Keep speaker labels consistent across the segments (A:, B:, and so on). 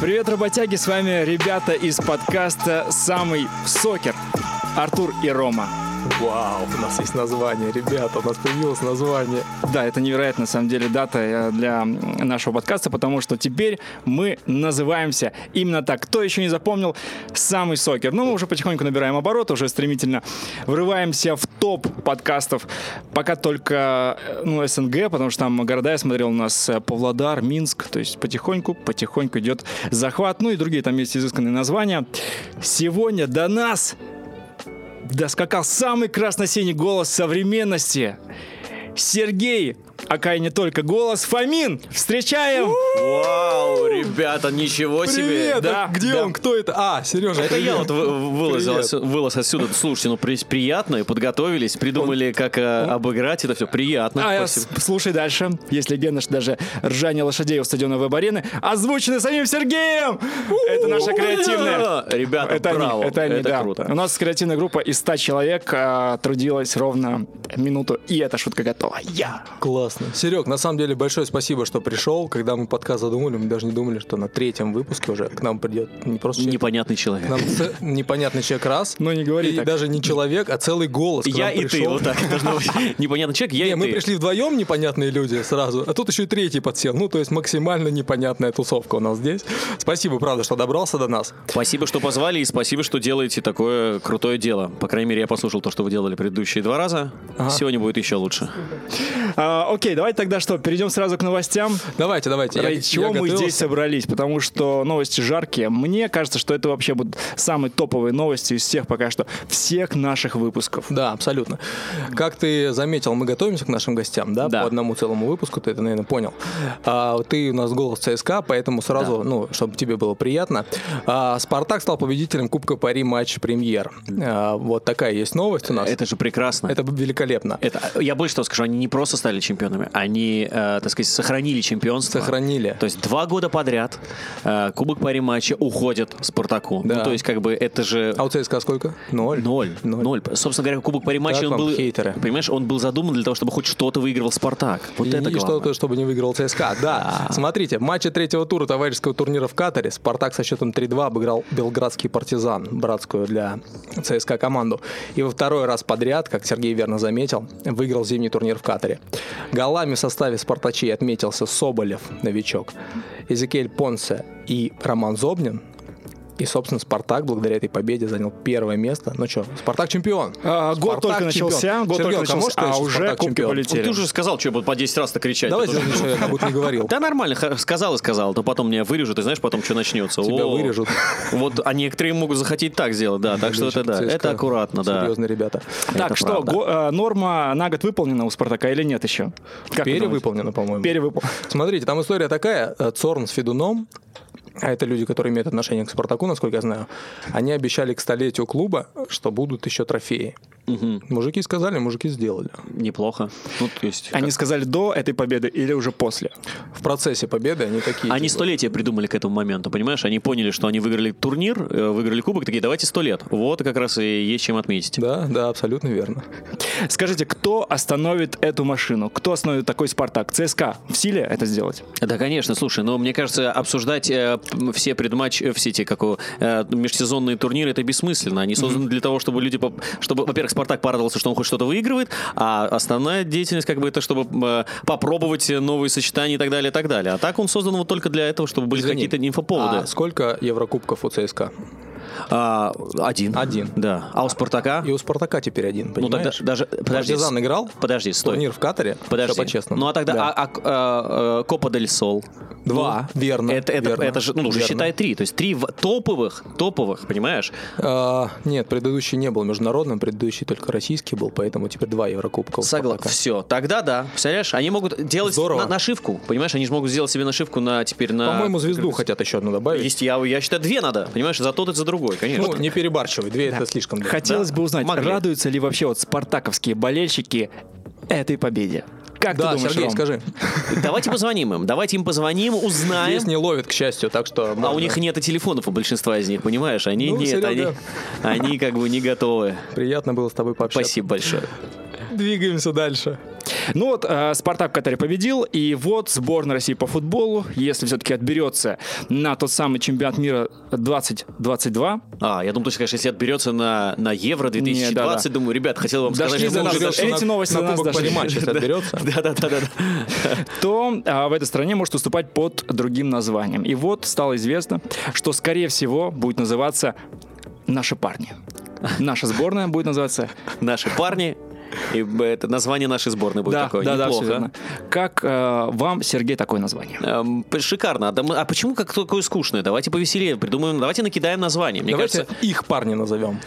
A: Привет, работяги, с вами ребята из подкаста «Самый в сокер» Артур и Рома.
B: Вау, у нас есть название, ребята, у нас появилось название.
A: Да, это невероятно, на самом деле, дата э, для м, нашего подкаста, потому что теперь мы называемся именно так. Кто еще не запомнил, самый сокер. Ну, мы уже потихоньку набираем оборот, уже стремительно врываемся в топ подкастов. Пока только э, ну, СНГ, потому что там города я смотрел у нас э, Павлодар, Минск. То есть потихоньку, потихоньку идет захват. Ну и другие там есть изысканные названия. Сегодня до нас доскакал самый красно-синий голос современности. Сергей, а Кай не только голос, Фомин, встречаем!
C: Вау, ребята, ничего себе!
B: Привет!
A: Да,
B: а где
A: да.
B: он? Кто это? А, Сережа,
C: Это я вот
B: привет.
C: вы- вылез,
B: Привет.
C: вылез отсюда. Слушайте, ну при- приятно, и подготовились, придумали, как э, обыграть это все. Приятно.
A: А, э, с-
C: спасибо.
A: слушай дальше. Есть легенда, что даже ржание лошадей у стадиона веб-арены озвучены самим Сергеем! Это наша креативная...
C: А, Ребята,
A: Это они,
C: браво,
A: это они, да. У
C: круто.
A: нас креативная группа из 100 человек а, трудилась ровно минуту, и эта шутка готова. Я!
B: Классно. Серег, на самом деле большое спасибо, что пришел. Когда мы подкаст задумали, мы даже не думали, что на третьем выпуске уже к нам придет не просто человек,
C: Непонятный
B: к
C: человек.
B: нам ц- непонятный человек раз.
A: Ну, не говори
B: и
A: так.
B: даже не человек, а целый голос. к
C: Я
B: нам
C: и ты,
B: пришел.
C: вот так должно быть. Непонятный человек, я
B: Не, мы
C: и ты.
B: пришли вдвоем непонятные люди сразу, а тут еще и третий подсел. Ну, то есть максимально непонятная тусовка у нас здесь. Спасибо, правда, что добрался до нас.
C: Спасибо, что позвали, и спасибо, что делаете такое крутое дело. По крайней мере, я послушал то, что вы делали предыдущие два раза. Сегодня будет еще лучше.
A: А, окей, давайте тогда что, перейдем сразу к новостям.
B: Давайте, давайте. я-
A: Ради
B: я
A: чего мы
B: готовился.
A: здесь собрались? Потому что новости жаркие. Мне кажется, что это вообще будут самые топовые новости из всех пока что всех наших выпусков.
B: Да, абсолютно. Как ты заметил, мы готовимся к нашим гостям, да,
C: Да.
B: по одному целому выпуску, ты это, наверное, понял. А, ты у нас голос ЦСКА, поэтому сразу, ну, чтобы тебе было приятно. А, Спартак стал победителем Кубка Пари матч премьер. А, вот такая есть новость у нас.
C: Это же прекрасно.
B: Это великолепно.
C: Это, я больше того скажу, они не просто стали чемпионами, они, э, так сказать, сохранили чемпионство.
B: Сохранили.
C: То есть два года подряд э, Кубок Пари матча уходит Спартаку.
B: Да.
C: Ну, то есть как бы это же...
B: А у ЦСКА сколько? Ноль.
C: Ноль. Ноль. Собственно говоря, Кубок Пари матча,
B: Как
C: он
B: вам,
C: был...
B: хейтеры?
C: Понимаешь, он был задуман для того, чтобы хоть что-то выигрывал Спартак. Вот
B: и,
C: это
B: и
C: главное. Ну,
B: что-то, чтобы не выиграл ЦСКА. А. Да, смотрите, в матче третьего тура товарищеского турнира в Катаре «Спартак» со счетом 3-2 обыграл белградский «Партизан», братскую для ЦСКА А команду. И во второй раз подряд, как Сергей верно заметил, выиграл зимний турнир в Катаре. Голами в составе «Спартачей» отметился Соболев, новичок, Эзекель Понсе и Роман Зобнин. И, собственно, «Спартак» благодаря этой победе занял первое место. Ну что, «Спартак» чемпион.
A: А, год
B: «Спартак»
A: только
B: чемпион.
A: начался, год только
B: Сергей, кому
A: начался,
B: скажешь,
A: а
B: что
A: уже
B: «Спартак»
A: кубки
B: чемпион?
C: Ну,
A: полетели.
C: ты уже сказал, что я буду по 10 раз-то кричать.
B: Давайте,
C: Это тоже-
B: что я как будто не говорил.
C: Да нормально, ха- сказал и сказал, то потом меня вырежут, и знаешь, потом что начнется.
B: Тебя
C: О,
B: вырежут.
C: Вот, а некоторые могут захотеть так сделать, да, так что это да,
B: ЦСКА.
C: это аккуратно, да.
B: Серьезные ребята.
A: Так,
C: Это
A: что,
C: правда.
A: го- э, норма на год выполнена у Спартака или нет еще? Как вы думаете?
B: Перевыполнено, по-моему.
A: Перевыполнена.
B: Смотрите, там история такая. э, Цорн с Федуном, а это люди, которые имеют отношение к Спартаку, насколько я знаю, они обещали к столетию клуба, что будут еще трофеи. Мужики сказали, мужики сделали.
C: Неплохо. Ну, то есть... как-
A: Они сказали до этой победы или уже после?
B: В процессе победы они такие...
C: Они
B: типа,
C: столетие придумали к этому моменту, понимаешь? Они поняли, что они выиграли турнир, э, выиграли кубок, такие, давайте сто лет. Вот как раз и есть чем отметить.
B: Да, да, абсолютно верно.
A: Скажите, кто остановит эту машину? Кто остановит такой Спартак? ЦСКА в силе это сделать?
C: Да, конечно, слушай, но мне кажется, обсуждать э, м, все предматч, э, все эти как его, э, межсезонные турниры, это бессмысленно. Они созданы для того, чтобы люди, поп- чтобы, во-первых, Спартак порадовался, что он хоть что-то выигрывает, а основная деятельность как бы это, чтобы э, попробовать э, новые сочетания и так далее, и так далее. А так он создан вот только для этого, чтобы были
B: Извини,
C: какие-то инфоповоды.
B: А сколько Еврокубков у ЦСКА?
C: А, один.
B: Один.
C: Да. А у Спартака?
B: И у Спартака теперь один,
C: Ну тогда
B: понимаешь?
C: даже... Подожди,
B: Партизан
C: с-
B: играл?
C: подожди, стой.
B: Турнир в Катаре?
C: Подожди.
B: Всё по-честному.
C: Ну а тогда
B: Да.
C: а- а- а, э, Копа дель Сол.
B: Два,
C: Ну,
B: верно,
C: Это, это,
B: верно,
C: это же, ну, уже
B: верно.
C: считай три. То есть три в- топовых, топовых, понимаешь?
B: А, нет, предыдущий не был международным, предыдущий только российский был, поэтому теперь два Еврокубка. у
C: Согласен.
B: Спартака.
C: Все. Тогда да. Представляешь, они могут делать
B: Здорово.
C: на- нашивку. Понимаешь, они же могут сделать себе нашивку на теперь на.
B: По-моему, звезду хотят еще одну добавить.
C: Есть, я, я считаю, две надо. Понимаешь, за тот и за другой, конечно.
B: Ну, не перебарщивай, две это слишком. да.
A: Хотелось
C: Да,
A: бы узнать,
C: могли.
A: радуются ли вообще вот спартаковские болельщики этой победе? Как
B: Да,
A: ты думаешь,
B: Сергей,
A: Ром?
B: скажи.
C: Давайте позвоним им. Давайте им позвоним, узнаем.
B: Здесь не ловят, к счастью, так что...
C: А
B: можно.
C: у них нет и телефонов у большинства из них, понимаешь? Они
B: Ну,
C: нет, они,
B: Серега.
C: они как бы не готовы.
B: Приятно было с тобой пообщаться.
C: Спасибо большое.
B: Двигаемся дальше.
A: Ну вот, э, Спартак в Катаре победил, и вот сборная России по футболу, если все-таки отберется на тот самый чемпионат мира 2022,
C: А, я думаю, точно, конечно, если отберется на, на Евро 2020,
A: да-да.
C: думаю, ребят, хотел вам
A: Дошли за
C: сказать, что мы
A: нас,
C: уже
A: дошли.
C: дошли.
A: Эти новости
B: на
A: нас
B: кубок
A: дошли.
B: Полиматч, если отберется.
C: Да-да-да-да.
A: то а, в этой стране может выступать под другим названием. И вот стало известно, что, скорее всего, будет называться «Наши парни». Наша сборная будет называться.
C: Наши парни. И б- это название нашей сборной будет
A: да,
C: такое.
A: да, да, всё
C: Неплохо.
A: верно. Как э, вам, Сергей, такое название?
C: Эм, п- Шикарно. А да мы- А почему как такое скучное? Давайте повеселее придумаем. Давайте накидаем название. Мне
B: Давайте
C: кажется,
B: их парни назовем.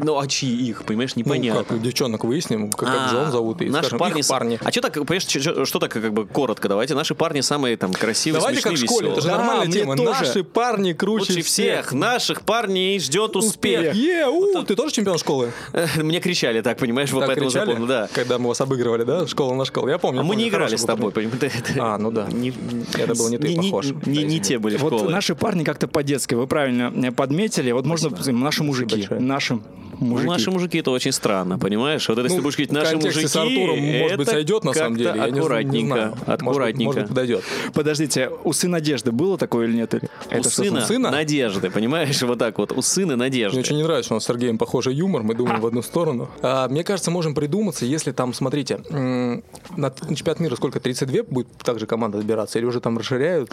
C: ну а чьи их, понимаешь,
B: Ну,
C: непонятно.
B: как, девчонок выясним, как, как
C: А,
B: же он зовут, и
C: наши
B: скажем,
C: парни,
B: их
C: с-
B: парни.
C: А что так, понимаешь, чё- чё- что так как бы коротко? Давайте наши парни самые там красивые,
B: Давайте как в
C: смешные,
B: школе, это же
C: веселые.
A: Да,
B: нормальная
A: мне
B: тема.
A: тоже.
B: Наши парни круче,
C: Лучше всех наших парней ждет успех.
B: Е, у, ты тоже чемпион школы?
C: Мне кричали так, понимаешь, вот
B: Так
C: поэтому
B: кричали,
C: запомнил, да.
B: когда мы вас обыгрывали, да, школа на школу. Я помню.
C: А мы
B: помню,
C: не играли
B: хороший
C: с
B: был
C: тобой, понимаешь?
B: А, ну да.
C: Не-
B: Это было не ты, похож.
C: Не, не те были
A: Вот
C: школы.
A: наши парни как-то по-детски, вы правильно э, подметили. Вот можно наши мужики.
B: большое.
A: Наши
C: Ну,
A: мужики.
C: Наши мужики это очень странно, понимаешь? Вот если
B: Ну,
C: ты будешь говорить
B: в
C: наши
B: контексте
C: мужики,
B: с Артуром, может быть,
C: это
B: сойдет на самом
C: как-то
B: деле. Я не- не
C: Аккуратненько,
B: знаю. Может быть,
C: аккуратненько.
B: Может быть, подойдет.
A: Подождите, у сына Надежды было такое или нет? Или-
C: у
A: Это что за-
C: сына,
B: сына?
C: надежды, понимаешь? Вот так вот, у сына надежды.
B: Мне очень не нравится, что у нас с Сергеем похожий юмор, мы думаем в одну сторону. А, мне кажется, можем придуматься, если там, смотрите, м, на т- на чемпионат мира сколько, 32 будет также команда добираться, или уже там расширяют?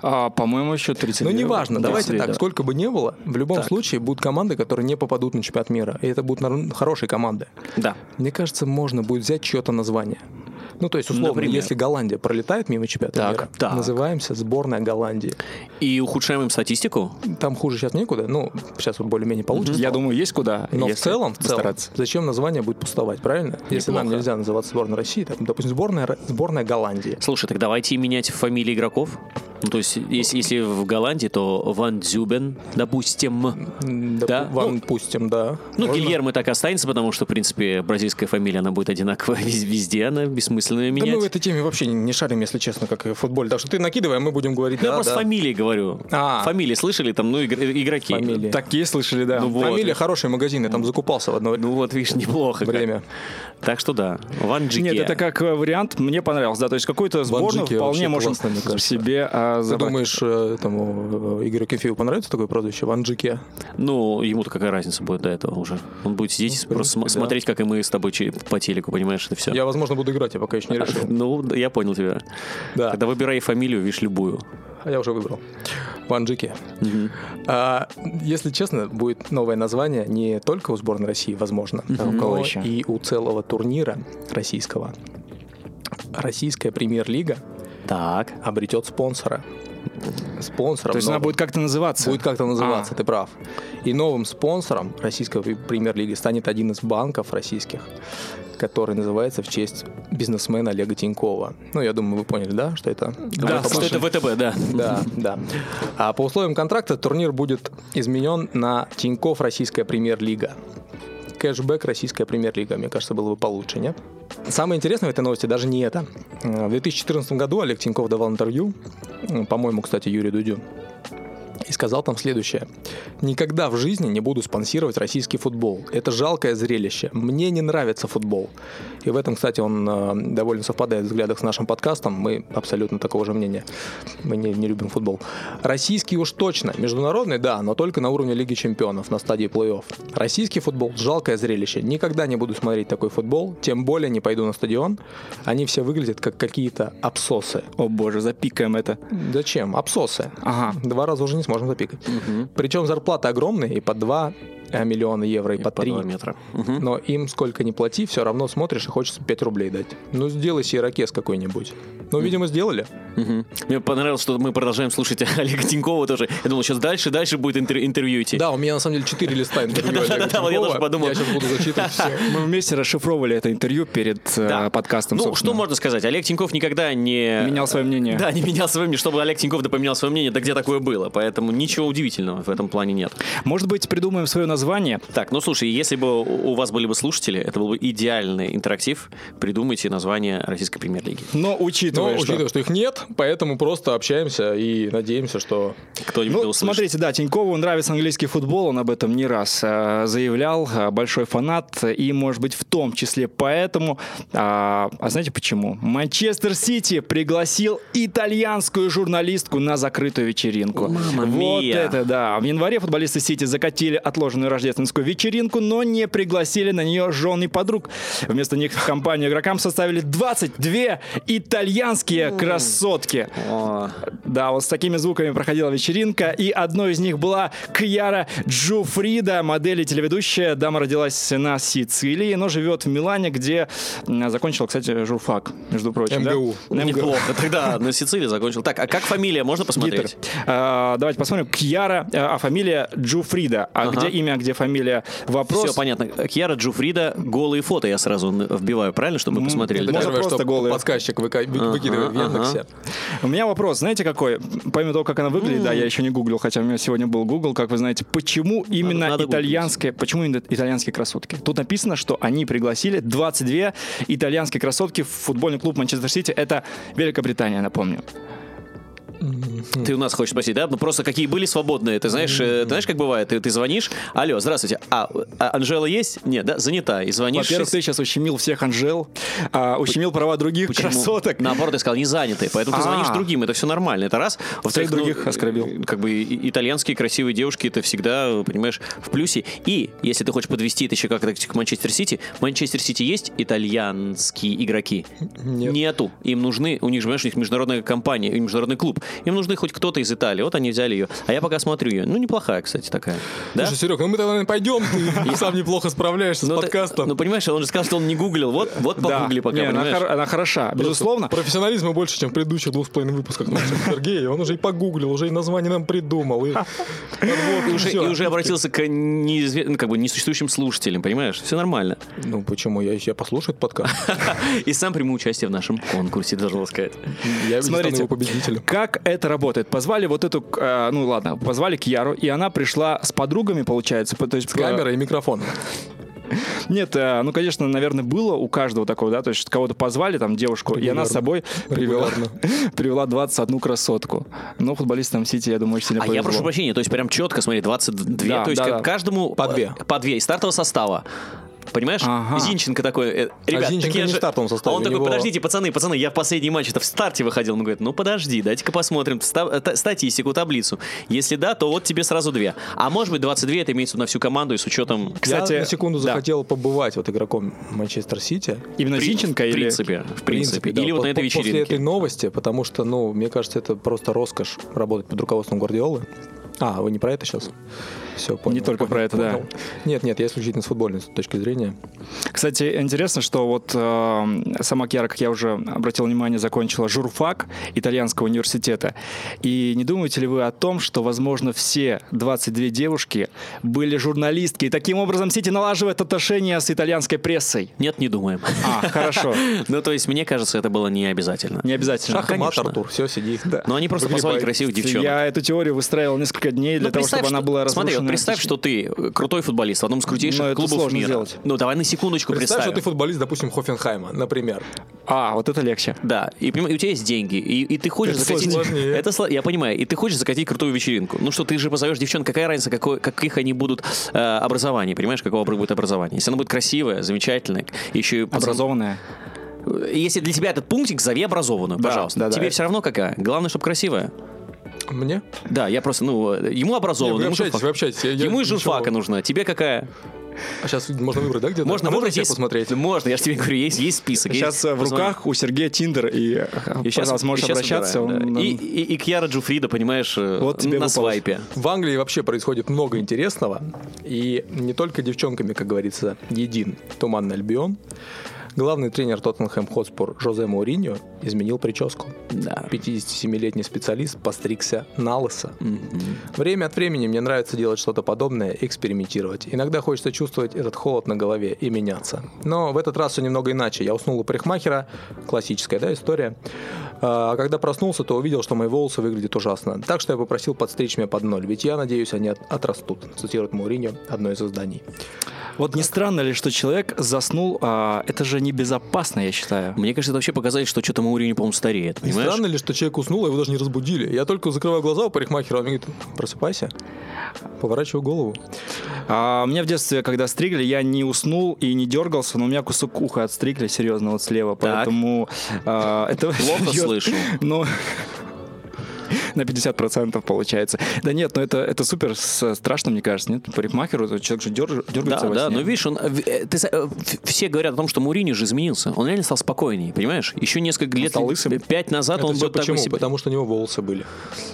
A: А, по-моему, еще 30.
B: Ну, неважно, давайте
A: 32,
B: так,
A: да.
B: сколько бы ни было, в любом случае будут команды, которые не попадут на чемпионат мира, и это будут нар- хорошие команды.
C: Да.
B: Мне кажется, можно будет взять чье-то название. Ну, то есть, условно,
C: Например?
B: если Голландия пролетает мимо чемпионата
C: Так,
B: мира,
C: так.
B: называемся сборная Голландии.
C: И ухудшаем им статистику.
B: Там хуже сейчас некуда, ну, сейчас вот более-менее получится.
A: Я думаю, есть куда.
B: Но в
A: если
B: целом, в целом,
A: постараться.
B: зачем название будет пустовать, правильно? Если нам
C: Неплохо.
B: нельзя называться сборной России, там, допустим, сборная, Ро- сборная Голландии.
C: Слушай, так давайте и менять фамилии игроков. Ну, то есть, если, если в Голландии, то Ван Дзюбен, допустим.
B: М, доп-
C: Да,
B: Вам пустим, да.
C: Ну,
B: Можно?
C: Гильермо так и останется, потому что, в принципе, бразильская фамилия, она будет одинаковая вез- везде, она бессмысленно
B: Да мы
C: менять.
B: в этой теме вообще не, не шарим, если честно, как и в футболе. Так что ты накидывай, а мы будем говорить.
C: Ну,
B: да,
C: я просто
B: да.
C: фамилии говорю.
B: А.
C: Фамилии слышали там, ну, игр- игроки.
B: Фамилии.
A: Такие слышали, да.
C: Ну, вот.
B: Фамилия хороший магазин, я там закупался в одно
C: Ну вот, видишь, неплохо. как.
B: время.
C: Так что да, Ван Джике.
A: Нет, это как э, вариант, мне понравилось, да, то есть какую-то сборную
B: Банджики
A: вполне
B: вообще
A: можем
B: классно, мне кажется.
A: себе а,
B: Ты
A: забрать.
B: думаешь, э, этому э, Игорю Кефееву понравится такое прозвище? Ван Джике?
C: Ну, ему-то какая разница будет до этого уже. Он будет сидеть и
B: Ну, в
C: просто см-
B: принципе, да.
C: смотреть, как и мы с тобой че- по телеку, понимаешь, это все.
B: Я, возможно, буду играть, я пока еще не решил.
C: Ну, да, я понял тебя.
B: Да,
C: Тогда выбирай фамилию, видишь, любую.
B: а я уже выбрал. Ван Джике. А, если честно, будет новое название не только у сборной России, возможно,
A: у кого
B: но
A: еще?
B: и у целого турнира российского. Российская премьер-лига
C: Так.
B: обретет спонсора. Спонсором
A: То есть она
B: новым
A: будет как-то называться.
B: будет как-то называться,
A: А.
B: ты прав. И новым спонсором российской пр- премьер-лиги станет один из банков российских, который называется в чеесть бизнесмена Олега Тинькова. Ну, я думаю, вы поняли, да, что это?
C: Да,
B: Олег
C: что это ВТБ, да.
B: да, да. А по условиям контракта турнир будет изменен на Тиньков Российская Премьер-лига. Кэшбэк Российская Премьер-лига, мне кажется, было бы получше, нет? Самое интересное в этой новости даже не это. Э, В 2014 году Олег Тиньков давал интервью, м, по-моему, кстати, Юрию Дудю, и сказал там следующее. «Никогда в жизни не буду спонсировать российский футбол. Это жалкое зрелище. Мне не нравится футбол». И в этом, кстати, он э, довольно совпадает в взглядах с нашим подкастом. Мы абсолютно такого же мнения. Мы не, не любим футбол. Российский уж точно. Международный, да, но только на уровне Лиги Чемпионов, на стадии плей-офф. Российский футбол – жалкое зрелище. Никогда не буду смотреть такой футбол, тем более не пойду на стадион. Они все выглядят как какие-то абсосы.
A: А, О боже, запикаем это.
B: Зачем? Абсосы.
C: А.
A: Ага.
B: Два раза уже не сможем запикать. Причем зарплаты огромные, и по 2 миллиона евро, и, по 3.
C: По два метра. Мгм.
B: Но им сколько ни плати, все равно смотришь и хочется 5 рублей дать. Ну, сделай себе ракес какой-нибудь. Ну, видимо, сделали.
C: Мгм. Мне понравилось, что мы продолжаем слушать Олега Тинькова тоже. Я думал, сейчас дальше, дальше будет интер- интервью идти.
B: Да, у меня на самом деле 4 листа интервью
C: Да-да-да,
B: Олега
C: вот я
B: Тинькова.
C: тоже подумал.
B: Я сейчас буду зачитывать все.
A: Мы вместе расшифровывали это интервью перед э,
C: Да.
A: подкастом.
C: Ну,
A: собственно.
C: что можно сказать? Олег Тиньков никогда не...
A: Менял свое мнение.
C: Да, не менял свое мнение. Чтобы Олег Тиньков да поменял свое мнение, да где такое было? Поэтому ничего удивительного в этом плане нет.
A: Может быть, придумаем свое название.
C: Так, ну слушай, если бы у у вас были бы слушатели, это был бы идеальный интерактив. Придумайте название российской премьер-лиги.
A: Но
B: Но
A: учитывая, что...
B: учитывая, что их нет, поэтому просто общаемся и надеемся, что
C: Кто-нибудь да
A: Ну,
C: услышит.
A: смотрите, да, Тинькову нравится английский футбол, он об этом не раз э, заявлял, э, большой фанат, и, может быть, в том числе поэтому. А, а знаете почему? Манчестер Сити пригласил итальянскую журналистку на закрытую вечеринку.
C: Мамма
A: вот
C: мия.
A: это да. В январе футболисты Сити закатили отложенную рождественскую вечеринку, но не пригласили на нее жен и подруг. Вместо них в компанию игрокам составили 22 итальянские красотки.
C: О,
A: Да, вот с такими звуками проходила вечеринка, и одной из них была Кьяра Джуфрида, модель и телеведущая. Дама родилась на Сицилии, но живет в Милане, где м, закончила, кстати, журфак, между прочим. да?
B: МГУ.
A: МГУ.
C: неплохо. Тогда на Сицилии закончил. Так, а как фамилия? Можно
A: Гитлер.
C: посмотреть?
A: А, давайте посмотрим. Кьяра, э, а фамилия Джуфрида. А
C: Ага.
A: где имя, где фамилия? Вопрос.
C: Все понятно. Кьяра Джуфрида, голые фото я сразу н- вбиваю, правильно, чтобы мы посмотрели?
B: это
A: Можно
B: первое,
A: просто
B: что
A: голые.
B: подсказчик выка- вы- выкидывает в
C: ага.
B: Яндексе.
A: У меня вопрос, знаете какой? Помимо того, как она выглядит, да, я еще не гуглил, хотя у меня сегодня был Google, как вы знаете, почему именно
C: надо гуглить.
A: итальянские, почему именно итальянские красотки? Тут написано, что они пригласили 22 итальянские красотки в футбольный клуб Манчестер Сити. Это Великобритания, напомню.
C: Ты у нас хочешь спросить, да? Ну просто какие были свободные, ты знаешь, э, ты знаешь, как бывает, ты, ты звонишь, алло, здравствуйте, а, а Анжела есть? Нет, да, занята, и звонишь.
A: Во-первых, ты сейчас ущемил всех Анжел, а, ущемил права других
C: Почему?
A: красоток.
C: Наоборот, я сказал, не заняты. Поэтому ты
A: А.
C: звонишь другим, это все нормально. Это раз. Во-вторых, ну,
A: других оскорбил.
C: Как бы и- итальянские красивые девушки, это всегда, понимаешь, в плюсе. И, если ты хочешь подвести это еще как-то к Манчестер Сити, Манчестер Сити есть итальянские игроки?
B: Нет.
C: Нету. Им нужны, у них же, понимаешь, у них международная компания, и международный клуб. Им нужны хоть кто-то из Италии. Вот они взяли ее. А я пока смотрю ее. Ну, неплохая, кстати, такая. Да?
B: Слушай, Серег, ну мы тогда пойдем, ты сам неплохо справляешься с
C: Ну, ты-
B: подкастом.
C: ну, понимаешь, он же сказал, что он не гуглил. Вот, вот
A: Да.
C: погугли пока,
A: Не, она,
C: понимаешь?
A: хор- она хороша, безусловно.
B: Профессионализма больше, чем в предыдущих двух с половиной выпусках нашего Сергея. Он уже и погуглил, уже и название нам придумал. И, подводку,
C: И уже,
B: всё.
C: Ну,
B: ну,
C: и уже обратился к неизв- ну, как бы несуществующим слушателям, понимаешь? Все нормально.
B: Ну почему? Я, я послушаю этот подкаст.
C: И сам приму участие в нашем конкурсе, должен сказать.
B: Я стану
A: Смотрите.
B: его победителем.
A: Как это работает? Позвали вот эту, э, ну ладно, позвали Кьяру, и она пришла с подругами, получается. по- То есть, э,
B: Камера и микрофон.
A: Нет, э, ну, конечно, наверное, было у каждого такого, да, то есть кого-то позвали, там, девушку, и она с собой привела,
B: Регулярно.
A: привела 21 красотку. Но футболистам Сити, я думаю, очень сильно
C: А я
A: повезло.
C: прошу прощения, то есть прям четко, смотри, 22,
A: Да,
C: то есть
A: да,
C: как
A: да.
C: каждому... э,
B: По две.
C: По две, из стартового состава. Понимаешь?
A: Ага.
C: Зинченко такой, э, ребят,
B: А Зинченко
C: так я
B: не
C: же-
B: в стартовом составе,
C: А он
B: у
C: такой,
B: него-
C: подождите, пацаны, пацаны, я в последний матч это в старте выходил. Он говорит, ну подожди, дайте-ка посмотрим ста- э, та- статистику, таблицу. Если да, то вот тебе сразу две. А может быть 22, это имеется в виду на всю команду и с учетом...
A: Кстати,
B: я на секунду
A: да.
B: захотел побывать вот игроком Манчестер Сити.
A: Именно
C: При-
A: Зинченко
C: в
A: или...
C: принципе, в принципе.
B: да.
C: Или вот
B: По-
C: на этой
B: по-
C: вечеринке.
B: После этой новости, потому что, ну, мне кажется, это просто роскошь работать под руководством Гвардиолы. А, вы не про это сейчас? Все, понял.
A: Не только про это, да.
B: Нет, нет, я исключительно с футбольной точки зрения.
A: Кстати, интересно, что вот э, сама Кьяра, как я уже обратил внимание, закончила журфак итальянского университета. И не думаете ли вы о том, что, возможно, все 22 девушки были журналистки, и таким образом Сити налаживает отношения с итальянской прессой?
C: Нет, не думаем.
A: А, хорошо,
C: Ну, то есть, мне кажется, это было не обязательно.
A: не обязательно.
B: Шах и мат,
C: конечно.
B: Артур, все, сиди. Ну,
C: Но они просто
B: Выгребай.
C: позвали красивых девчонок.
A: Я эту теорию выстраивал несколько дней для
C: Ну,
A: того,
C: представь,
A: чтобы она
C: что-
A: была разрушена.
C: Смотри, вот представь, что ты э, крутой футболист в одном из
A: Но
C: крутейших
A: это
C: клубов
A: сложно
C: мира.
A: сделать.
C: Ну, давай на секундочку
B: Представь,
C: представим.
B: что ты футболист, допустим, Хофенхайма, например.
A: А, вот это легче.
C: Да, и, поним- и у тебя есть деньги, и, и ты хочешь
B: Это
C: закатить...
B: сложнее.
C: Это сло- Я понимаю, и ты хочешь закатить крутую вечеринку. Ну что, ты же позовешь девчонок, какая разница, какое- каких они будут э, образование, понимаешь, какого будет образование. Если она будет красивая, замечательная, еще и... пацан-
A: Образованная.
C: Если для тебя этот пунктик, зови образованную,
A: Да,
C: пожалуйста.
A: да, да.
C: Тебе все равно какая. Главное, чтобы красивая.
B: Мне?
C: Да, я просто, ну, э, ему
B: Не,
C: образованный.
B: вы
C: ему
B: общаетесь,
C: журфак.
B: вы общаетесь. Я- я
C: Ему и
B: ничего.
C: журфака нужна. Тебе какая?
B: А сейчас можно выбрать, да, где-то?
C: Можно
B: а
C: выбрать,
B: можно
C: есть-
B: посмотреть?
C: Можно, я же тебе говорю, есть, есть список.
A: Сейчас э, в руках у Сергея Тиндер, и, э, пожалуйста, можешь обращаться. он,
C: И,
A: эм,
C: и, и Кьяра Джуфрида, понимаешь, э,
A: Вот тебе
C: на
A: выпало.
C: свайпе.
B: В Англии вообще происходит много интересного. И не только девчонками, как говорится, един туманный альбион. Главный тренер Тоттенхэм Хотспур Жозе Мауриньо изменил прическу.
C: Да.
B: 57-летний специалист постригся на лысо. Время от времени мне нравится делать что-то подобное, экспериментировать. Иногда хочется чувствовать этот холод на голове и меняться. Но в этот раз все немного иначе. Я уснул у парикмахера, классическая да, история. А когда проснулся, то увидел, что мои волосы выглядят ужасно. Так что я попросил подстричь меня под ноль, ведь я надеюсь, они от- отрастут, цитирует Мауриньо одно из изданий.
A: Вот не странно ли, что человек заснул, а, это же небезопасно, я считаю.
C: Мне кажется, это вообще показатель, что что-то Мауриньо, по-моему, стареет,
B: Не
C: понимаешь?
B: странно ли, что человек уснул, а его даже не разбудили? Я только закрываю глаза у парикмахера, он мне говорит, просыпайся, поворачиваю голову.
A: А, меня в детстве, когда стригли, я не уснул и не дергался, но у меня кусок уха отстригли, серьезно, вот слева, поэтому а, это
C: Плохо
A: бьет,
C: слышу.
A: Ну, на 50% получается. Да нет, ну это, это супер с- страшно, мне кажется, нет? Парикмахеру этот человек же держ- дергается
C: Да,
A: во
C: да,
A: сне.
C: но видишь, он, э, э, ты, са- э, ф- все говорят о том, что Мурини же изменился. Он реально стал спокойнее, понимаешь? Еще несколько лет,
A: стал лысым.
C: пять назад
B: Это
C: он
B: всё
C: был такой
B: почему?
C: себе.
B: Потому что у него волосы были.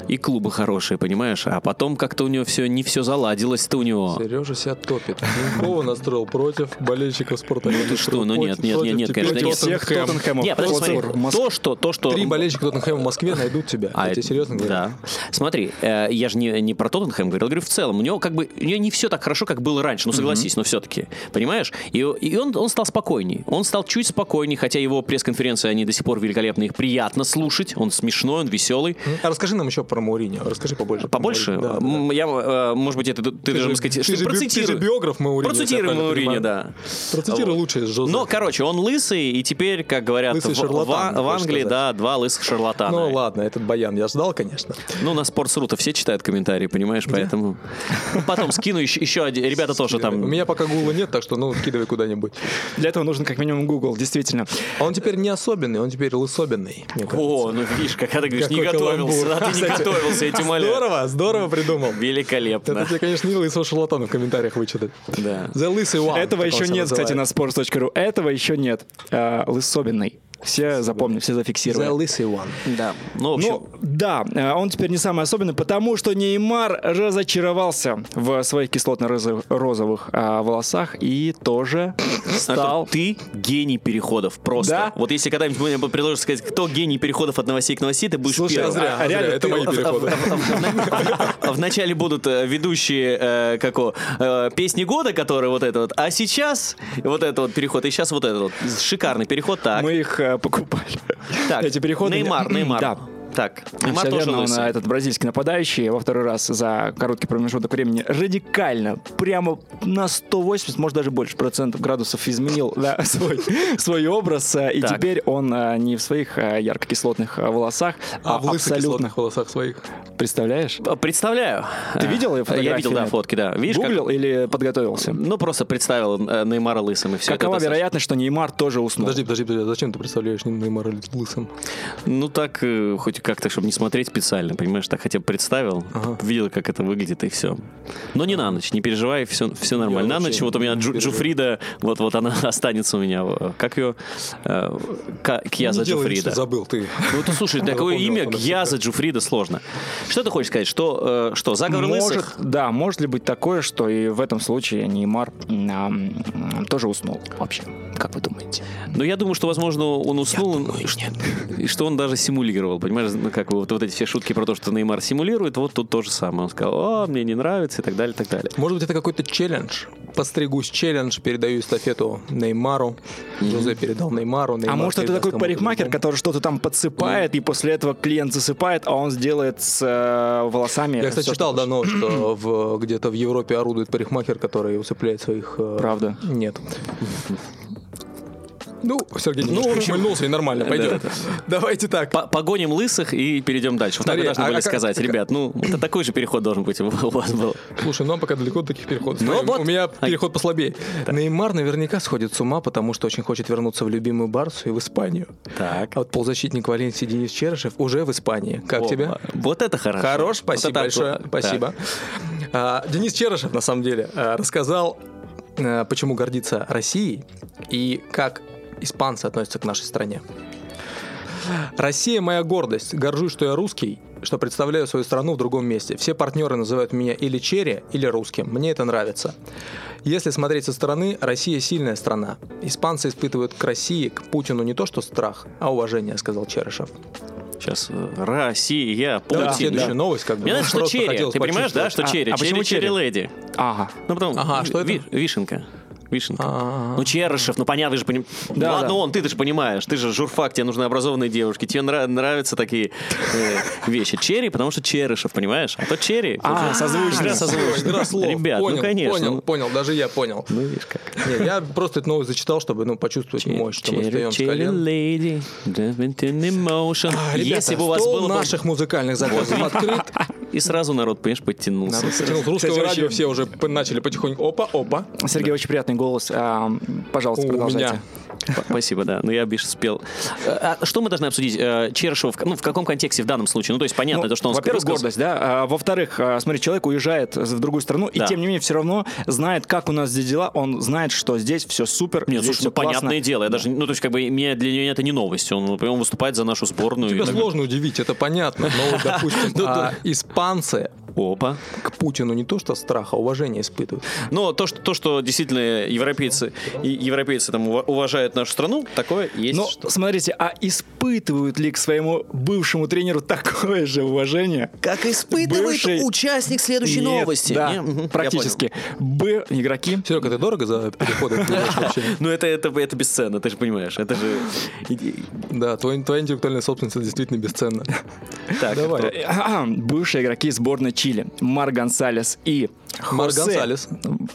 C: И клубы хорошие, понимаешь? А потом как-то у него все, не все заладилось-то у него.
B: Сережа себя топит. Минкова А. настроил против болельщиков спорта.
C: Ну ты что, ну нет, нет, нет, нет, конечно,
A: против
C: нет.
A: всех Тоттенхэмов.
C: Нет, подожди,
A: Против
C: смотри,
A: Моск-
C: то, что, то, что...
B: Три болельщика Тоттенхэма в Москве найдут тебя. я тебе
C: А это-
B: серьезно говорю.
C: Да. Смотри, э, я же не, не про Тоттенхэм говорил, я говорю в целом. У него как бы у него не все так хорошо, как было раньше, ну согласись, но все-таки. Понимаешь? И, и он, он стал спокойней. Он стал чуть спокойней, хотя его пресс-конференции, они до сих пор великолепны, их приятно слушать. Он смешной, он веселый.
B: А расскажи нам еще про Мауриньо. Расскажи побольше. про
C: Побольше?
B: Мауриньо. Да, да.
C: М, Я, э, может быть, это ты, ты
B: же-
C: должен сказать,
B: ты
C: что
B: же би-
C: процитируй.
B: ты же биограф Мауриньо,
C: Процитируй
B: я правильно
C: Мауриньо,
B: понимаю.
C: да.
B: Процитируй
C: Вот. Ну,
B: лучше из Жозе. Ну,
C: Но, короче, он лысый, и теперь, как говорят
B: Лысый
C: в,
B: шарлатан,
C: в- в
B: хочешь
C: Англии,
B: сказать.
C: да, два лысых шарлатана.
B: Ну ладно, этот баян я ждал, конечно.
C: Ну, на Sports.ru-то все читают комментарии, понимаешь, поэтому... Потом скину еще, еще один. Ребята тоже
B: У
C: там...
B: меня пока гула нет, так что ну кидывай куда-нибудь.
A: Для этого нужен как минимум Google, действительно.
B: А он теперь не особенный, он теперь лысобенный. мне кажется.
C: О, ну видишь, как ты говоришь, не
B: Какой
C: готовился.
B: каламбур.
C: Да, а ты не
B: Кстати,
C: готовился, я тебя умоляю.
B: Здорово, здорово придумал. Это
C: Великолепно.
B: тебе, конечно, не лысого шарлатана в комментариях вычитать.
C: Да.
B: The лысый one.
A: Этого
B: как он
A: еще
B: себя
A: нет, кстати, на
B: называет.
A: sports.ru. Этого еще нет. А, Лысобиный. Все запомнили, все зафиксировали.
B: The лысый one.
C: Да. Ну, в общем,
A: Ну, да, э, он теперь не самый особенный, потому что Неймар разочаровался в своих кислотно-розовых э, волосах и тоже
C: Артур,
A: стал...
C: ты гений переходов, просто.
A: Да?
C: Вот если когда-нибудь мне предложат сказать, кто гений переходов от новостей к новостей, ты будешь
B: Слушай, а
C: первым.
B: зря,
A: А,
B: а
A: реально,
B: зря, это
A: ты-
B: мои
A: а, а,
B: переходы.
C: Вначале будут э, ведущие э, как его, э, песни года, которые вот это вот, а сейчас вот это вот переход, и сейчас вот этот вот. Шикарный переход, так.
A: Мы их э, покупали.
C: так.
A: Эти переходы...
C: Неймар, Неймар.
A: Да.
C: Так, Неймар
A: Всё
C: тоже
A: верно, он,
C: лысый.
A: э, этот бразильский нападающий во второй раз за короткий промежуток времени радикально, прямо на 180, может даже больше процентов градусов изменил да, свой, свой образ, э, и
C: Так.
A: теперь он э, не в своих э, ярко-кислотных э, волосах, а,
B: А в
A: абсолютно.
B: лысокислотных волосах своих.
A: Представляешь?
C: А, Представляю. Э,
A: Ты видел её
C: Я
A: фотографии,
C: видел, да,
A: нет?
C: фотки, да. Видишь, как-
A: Гуглил или подготовился?
C: Ну, просто представил э, Неймара лысым, и все.
A: Какова вероятность, что Неймар тоже уснул?
B: Подожди, подожди, подожди, а зачем ты представляешь Неймара лысым?
C: Ну так, э, хоть как-то, чтобы не смотреть специально, понимаешь, так хотя бы представил, видел, как это выглядит, и все. Но не на ночь, не переживай, все, все нормально. На
B: вообще
C: ночь, вот у меня
B: не
C: Джу-
B: переживаю.
C: Джуфрида, вот, вот она останется у меня. э, Как ее? Э, Ка- Кьяза
B: Не Ну, делай вид, что
C: Джуфрида.
B: забыл ты.
C: Ну, ты слушай, такое
B: запомнил,
C: имя
B: что она
C: Кьяза Джуфрида сложно. Что ты хочешь сказать? Что, э, что заговор
A: Может,
C: лысых?
A: да, может ли быть такое, что и в этом случае Неймар м, м, тоже уснул вообще? Как вы думаете?
C: Ну, я думаю, что, возможно, он уснул, и что- и что он даже симулировал. Понимаешь, ну, как бы вот, вот эти все шутки про то, что Неймар симулирует, вот тут то же самое. Он сказал, а, мне не нравится, и так далее, и так далее.
B: Может быть, это какой-то челлендж? Подстригусь челлендж, передаю эстафету Неймару. Жозе передал Неймару.
A: А
B: Неймар
A: может, это
B: передаст
A: такой
B: кому-то
A: парикмахер,
B: другому.
A: который что-то там подсыпает, и после этого клиент засыпает, а он сделает с э, волосами...
B: Я, кстати,
A: всё,
B: читал,
A: что
B: да,
A: хочет.
B: новость, что в, где-то в Европе орудует парикмахер, который усыпляет своих... э,
A: Правда.
B: Нет. Ну, Сергей
C: Ну,
B: немножко
C: в общем,
B: ухмыльнулся, и нормально,
C: да,
B: пойдет.
C: да.
B: Давайте так.
C: По- Погоним лысых и перейдем дальше. Вот так
B: Смотри,
C: вы должны
B: а-
C: были
B: а как-
C: сказать, ребят, ну, это такой же переход должен быть у вас был.
B: Слушай, нам пока далеко до таких переходов.
C: Ну
B: Смотри,
C: вот.
B: У меня переход послабее. Неймар наверняка сходит с ума, потому что очень хочет вернуться в любимую Барсу и в Испанию.
C: Так.
B: А вот полузащитник Валенсии Денис Черышев уже в Испании. Как
C: О,
B: тебе?
C: Вот это хорошо.
B: Хорош,
C: Вот
B: спасибо
C: это
B: большое.
C: так.
B: Спасибо. А, Денис Черышев, на самом деле, а, рассказал, а, почему гордится Россией и как испанцы относятся к нашей стране. Россия моя гордость. Горжусь, что я русский, что представляю свою страну в другом месте. Все партнеры называют меня или черри, или русским. Мне это нравится. Если смотреть со стороны, Россия сильная страна. Испанцы испытывают к России, к Путину не то что страх, а уважение, сказал Черышев.
C: Сейчас. э, Россия,
B: Да,
C: Путин.
B: следующая
C: да.
B: новость, как бы. Ну,
C: Мне нравится, что
B: Просто
C: черри.
B: хотелось А,
C: Ты понимаешь,
B: почувствовать.
C: да, что
A: А-
C: черри?
A: а почему
C: черри,
A: черри?
C: леди.
A: Ага.
C: Ну, потом
B: Ага, что это?
C: вишенка. Вишенка.
B: А-а-а.
C: Ну, Черышев, ну понятно, вы же понимаешь.
B: Да,
C: Ладно,
B: да.
C: он, ты ты же понимаешь, ты же журфак, тебе нужны образованные девушки, тебе нра- нравятся такие э, вещи. Черри, потому что Черышев, понимаешь? А то Черри.
A: А, созвучно.
C: Игра созвучно.
B: Игра слов.
C: Ребят,
B: понял,
C: ну конечно.
B: Понял, понял, даже я понял.
C: Ну, видишь как.
B: Не, я просто эту новость зачитал, чтобы ну, почувствовать мощь, что мы встаем с колен.
C: Lady, driven in emotion.
B: А, ребята,
C: Если бы у вас
B: стол
C: было бы-
B: наших музыкальных заказов открыт.
C: И сразу народ, понимаешь, подтянулся.
B: Народ потянул. С Русского
A: Кстати,
B: радио
A: очень-
B: все уже п- начали потихоньку. Опа, опа.
A: Сергей, очень приятный голос. А, Пожалуйста,
B: У
A: продолжайте.
B: меня. Ну,
C: П- Спасибо, да. Но я бишь спел. Э, а Что мы должны обсудить? Э, Черышева, в к- ну, в каком контексте в данном случае? Ну, то есть понятно,
A: Ну,
C: то, что он
A: во-первых,
C: высказался.
A: гордость, да. А, во-вторых, а, смотри, человек уезжает в другую страну,
C: Да.
A: и тем не менее все равно знает, как у нас здесь дела. Он знает, что здесь все супер.
C: Нет,
A: здесь
C: слушай,
A: всё
C: ну, понятное
A: классно.
C: дело. Я даже, ну, то есть, как бы, меня, для меня это не новость. Он, например, он выступает за нашу сборную. и
B: Тебя
C: так
B: сложно удивить, это понятно. Но, вот, допустим, а, испанцы
C: далее. Опа.
B: к Путину не то что страха, а уважение испытывают.
C: Но то, что, то, что действительно европейцы, и- европейцы там ува- уважают нашу страну, такое есть.
A: Но
C: что-
A: смотрите, а испытывают ли к своему бывшему тренеру такое же уважение?
C: Как
A: бывший-
C: участник следующей
A: Нет, Да,
C: Не? Мгм, я
A: практически. Б игроки.
B: Серега, ты дорого за переходы платишь вообще?
C: понял. Ну, это, это, это бесценно, ты же понимаешь. Это же...
B: Да, твой- твоя интеллектуальная собственность это действительно бесценна.
C: Так,
B: Давай.
A: Бывшие игроки сборной Чили. Мар Гонсалес и
B: Мар
A: Хосе.
B: Гонсалес.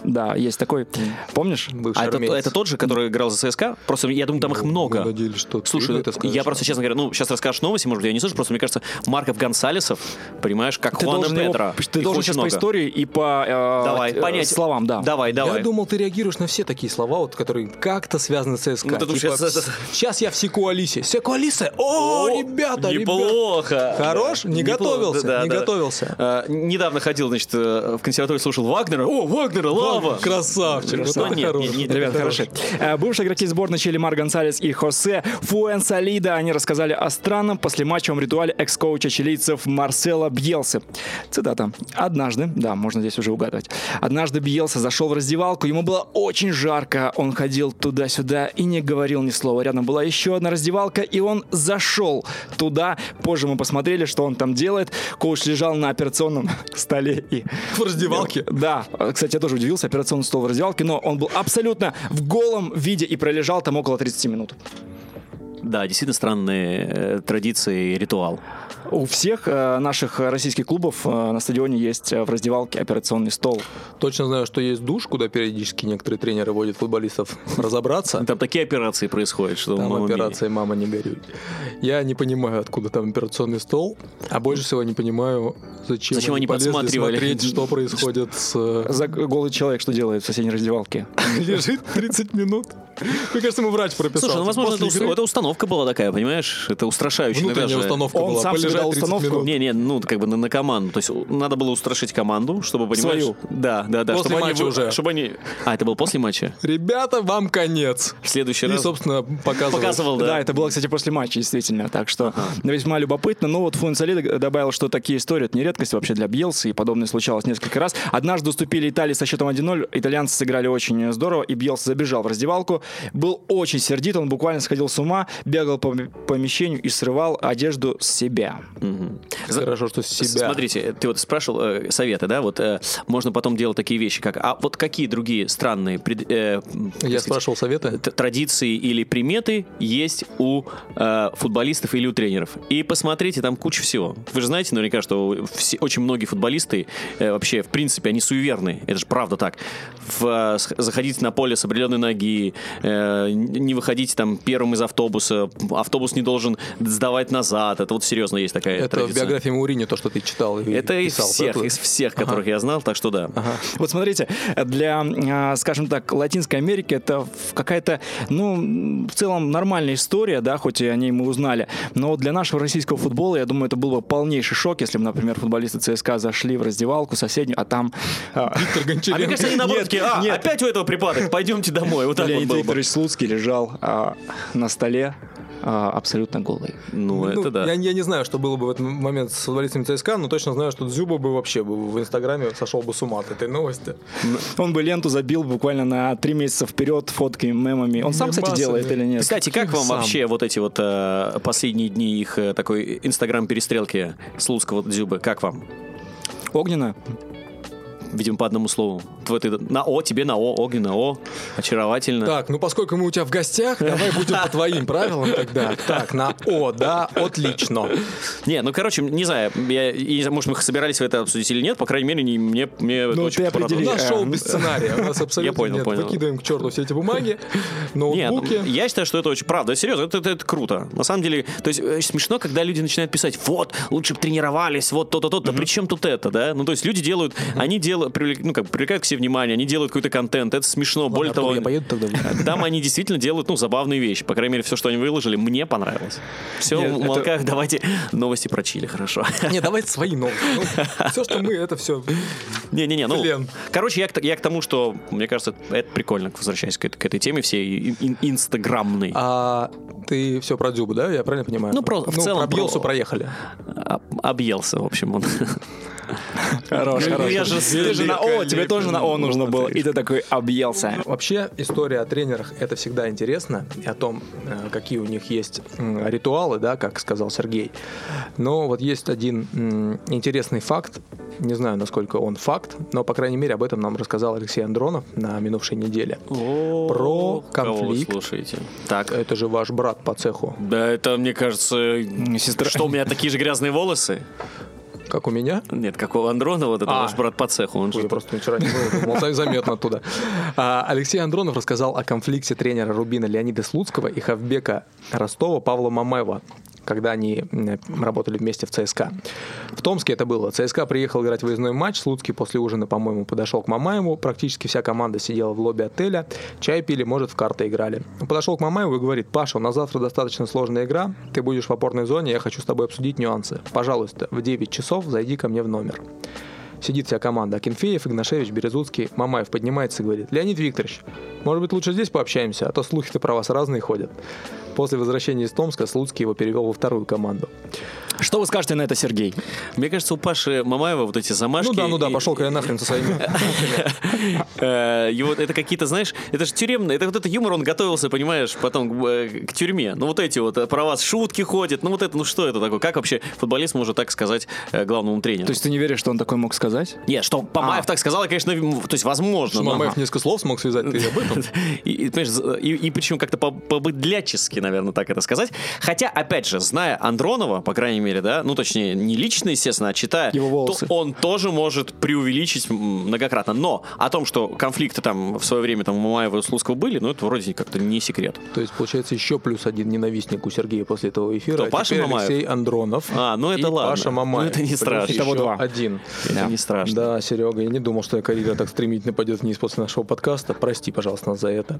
A: Да, есть такой. Помнишь?
B: бывший
C: А это,
B: армеец. Ну,
C: это тот же, который играл за ЦСКА? Просто я думаю, там их
B: Мы
C: много.
B: надеялись, что ты
C: Слушай,
B: это скажешь.
C: я просто, честно говоря, ну, сейчас расскажешь новости, может быть, я не слышу, просто мне кажется, Марков Гонсалесов, понимаешь, как
A: Ты
C: Хуана
A: должен, его-
C: Педро.
A: ты
C: Их
A: должен
C: очень
A: сейчас
C: много.
A: по истории и по э,
C: Давай,
A: э,
C: понять.
A: словам, да.
C: Давай, давай.
B: Я думал, ты реагируешь на все такие слова, вот, которые как-то связаны с ЦСКА.
C: Ну, ты думаешь, сейчас это-
B: сейчас я в Секуалисе. Секуалисе! О, ребята, ребята!
C: неплохо.
B: Хорош? Не готовился, не готовился.
C: Э, недавно ходил, значит, э, в консерваторию слушал Вагнера. О, Вагнера, лава! Ну,
B: Красавчик, вот
C: Красавчик.
B: это
C: Нет,
B: хорош.
C: нет, нет,
A: Ребят, хороши. Э, Бывшие игроки сборной Чили Мар Гонсалес и Хосе Фуэнсалида, они рассказали о странном послематчевом ритуале экс-коуча чилийцев Марсела Бьелсы. Цитата. «Однажды, да, можно здесь уже угадывать, однажды Бьелса зашел в раздевалку, ему было очень жарко, он ходил туда-сюда и не говорил ни слова. Рядом была еще одна раздевалка, и он зашел туда. Позже мы посмотрели, что он там делает. Коуч лежал на операционном столе и
B: В раздевалке.
A: да, э, кстати, я тоже удивился, операционный стол в раздевалке, но он был абсолютно в голом виде и пролежал там около 30 минут.
C: Да, действительно странные э, традиции и ритуал.
A: У всех э, наших э, российских клубов э, на стадионе есть э, в раздевалке операционный стол.
B: Точно знаю, что есть душ, куда периодически некоторые тренеры водят футболистов разобраться.
C: Там такие операции происходят, что
B: Там
C: мама мия.
B: операция «Мама, не горюй». Я не понимаю, откуда там операционный стол, а больше всего не понимаю, зачем,
C: Зачем они
B: полезли
C: подсматривали?
B: смотреть, что происходит с... э,
A: За голый человек что делает в соседней раздевалке?
B: Лежит 30 минут. Мне кажется, ему врач прописал.
C: Слушай, ну, возможно, это,
B: После
C: ус-
B: игры
C: это установка была такая, понимаешь? Это устрашающая
B: внутренняя установка
A: Он
B: была.
A: сам себе
B: полежать
A: дал
B: 30
A: установку.
B: минут.
C: Не, не, ну как бы на, на команду. То есть у- надо было устрашить команду, чтобы понимаешь.
A: Свою.
C: Да, да, да.
B: После
C: чтобы
B: матча
C: они, вы-
B: уже.
C: Чтобы они. А это было после матча.
B: Ребята, вам конец.
C: В следующий
B: И,
C: раз.
B: собственно, показывал.
C: Показывал, да.
A: Да, это было, кстати, после матча, действительно. Так что ну, весьма любопытно. Но вот Фуэнсалида добавил, что такие истории это не редкость вообще для Бьелса, и подобное случалось несколько раз. Однажды уступили Италии со счетом 1-0. Итальянцы сыграли очень здорово, и Бьелс забежал в раздевалку. Был очень сердит, он буквально сходил с ума, бегал по м- помещению и срывал одежду с себя.
C: Мгм. За-
B: Хорошо, что с себя.
C: Смотрите, ты вот спрашивал э, советы, да? Вот э, можно потом делать такие вещи, как. А вот какие другие странные пред- э, м, так
B: Я
C: сказать,
B: спрашивал совета.
C: т- традиции или приметы есть у э, футболистов или у тренеров. И посмотрите, там куча всего. Вы же знаете наверняка, что все- очень многие футболисты э, вообще, в принципе, они суеверные. Это же правда так. В, э, с- заходить на поле с определенной ноги, э, н- не выходить там первым из автобуса, автобус не должен сдавать назад. Это вот серьезно есть такая
B: Это в
C: традиция.
B: биографии Маурини, то, что ты читал. и
C: Это из
B: писал, да,
C: всех,
B: тут?
C: из всех, которых я знал, так что да.
A: Вот смотрите, для, а, скажем так, Латинской Америки это в- какая-то, ну, м, в целом нормальная история, да, хоть и о ней мы узнали, но для нашего российского футбола, я думаю, это был бы полнейший шок, если бы, например, футболисты ЦСКА зашли в раздевалку соседнюю, а там а,
B: Виктор
C: А мне
B: Гончаренко.
C: кажется, они наоборот
A: Нет,
C: такие, «А,
A: нет.
C: опять у этого припадок, пойдемте домой. Вот так вот
A: Леонид
C: было бы.
A: Викторович Слуцкий лежал а, на столе а, абсолютно голый.
C: Ну,
B: Ну,
C: это да.
B: Я, я не знаю, что было бы в этот момент с футболистами ЦСКА, но точно знаю, что Дзюба бы вообще бы в Инстаграме сошел бы с ума от этой новости.
A: Он бы ленту забил буквально на три месяца вперед фотками, мемами. Он сам, кстати,
B: Мемасами.
A: делает или нет?
C: Кстати, как
B: Каких
C: вам
B: сам?
C: вообще вот эти вот э, последние дни их э, такой инстаграм-перестрелки Слуцкого Дзюбы? Как вам?
A: Огненно?
C: Видимо, по одному слову. в этой... На О, тебе на О, огненно О. Очаровательно.
B: Так, ну поскольку мы у тебя в гостях, давай будем по твоим правилам тогда. Так, на О, да, отлично.
C: Не, ну, короче, не знаю, я, я не знаю, может, мы собирались это обсудить или нет, по крайней мере, не, мне, мне это
A: Ну,
C: очень
A: ты
C: порадовало.
B: У
A: определи.
B: нас шоу без сценария, у нас абсолютно
C: эм, понял,
B: нет.
C: понял.
B: Выкидываем к черту все эти бумаги,
C: Нет,
B: ноутбуки.
C: я считаю, что это очень правда. Серьезно, это, это, это круто. На самом деле, то есть э, смешно, когда люди начинают писать, вот, лучше бы тренировались, вот то-то, то-то. Да при чем тут это, да? Ну, то есть люди делают, они делают, привлек- ну, как, привлекают к себе внимание, они делают какой-то контент, это смешно. Более
B: Артур,
C: того,
B: я поеду тогда.
C: там они действительно делают, ну, забавные вещи. По крайней мере, все, что они выложили, мне понравилось. Все,
A: Нет,
C: в
A: это-
C: молках, давайте новости про Чили, хорошо.
B: Не, давай свои новые. все, что мы, это все.
C: Не-не-не, ну,
B: Блин.
C: короче, я, к- я к тому, что, мне кажется, это прикольно, возвращаясь к, этой- к этой теме всей ин- ин- инстаграмной.
B: А ты все про Дзюбу, да? Я правильно понимаю?
C: Ну, про- в целом
B: про
C: про-
B: Бьелсу проехали.
C: Об- объелся, в общем, он.
A: Хорош,
C: Ну,
A: хорош.
C: я же
A: Ты же на О, тебе
C: великолепно.
A: тоже на О нужно было. И ты такой объелся.
B: Вообще, история о тренерах это всегда интересно, и о том, э, какие у них есть м, ритуалы, да, как сказал Сергей. Но вот есть один м, интересный факт. Не знаю, насколько он факт, но, по крайней мере, об этом нам рассказал Алексей Андронов на минувшей неделе. Про
C: Про
B: конфликт.
C: слушаете. Так.
B: Это же ваш брат по цеху,
C: Да, это, мне кажется,
A: сестра.
C: что у меня такие же грязные волосы?
B: как у меня.
C: Нет, как у Андронова, вот это
B: А.
C: ваш брат по цеху. Он
B: Ой,
C: же
B: Я просто вчера не был, думал, так заметно оттуда. А, Алексей Андронов рассказал о конфликте тренера Рубина Леонида Слуцкого и Хавбека Ростова Павла Мамаева когда они м, работали вместе в ЦСКА. В Томске это было. ЦСКА приехал играть выездной матч. Слуцкий после ужина, по-моему, подошел к Мамаеву. Практически вся команда сидела в лобби отеля. Чай пили, может, в карты играли. Он Подошел к Мамаеву и говорит, Паша, у нас завтра достаточно сложная игра. Ты будешь в опорной зоне, я хочу с тобой обсудить нюансы. Пожалуйста, в 9 часов зайди ко мне в номер. Сидит вся команда. Акинфеев, Игнашевич, Березуцкий, Мамаев поднимается и говорит, Леонид Викторович, может быть, лучше здесь пообщаемся, а то слухи-то про вас разные ходят. После возвращения из Томска Слуцкий его перевел во вторую команду.
A: Что вы скажете на это, Сергей?
C: Мне кажется, у Паши Мамаева вот эти замашки...
B: ну да, ну да,
C: и-
B: пошел-ка я нахрен со своими.
C: Э, И вот это какие-то, знаешь, это же тюремный, это вот этот юмор, он готовился, понимаешь, потом э, к тюрьме. Ну вот эти вот э, про вас шутки ходят, ну вот это, ну что это такое? Как вообще футболист может так сказать э, главному тренеру? А.
A: То есть ты не веришь, что он такой мог сказать?
C: Нет, что Мамаев так сказал, я, конечно, м, то есть возможно.
B: Что
C: но-
B: Мамаев несколько слов смог связать, ты об этом?
C: И, и, понимаешь, за- и, и причем как-то по- побыдлячески, наверное, так это сказать. Хотя, опять же, зная Андронова, по крайней мере, да, ну точнее, не лично, естественно, а читая,
A: Его волосы.
C: то он тоже может преувеличить м, многократно. Но о том, что конфликты там в свое время там у Мамаева и у Слуцкого были, ну это вроде как-то не секрет.
B: То есть, получается, еще плюс один ненавистник у Сергея после этого эфира.
C: Кто,
B: А
C: Паша
B: теперь
C: Мамаев?
B: Алексей Андронов.
C: А, ну это
B: и
C: ладно.
B: Паша Мамаев.
C: Ну это не
B: Плюс
C: страшно.
A: Итого
B: еще
A: два.
B: один.
C: Это не страшно.
B: Да, Серега, я не думал, что карьера так стремительно пойдет вниз после нашего подкаста. Прости, пожалуйста, нас за это.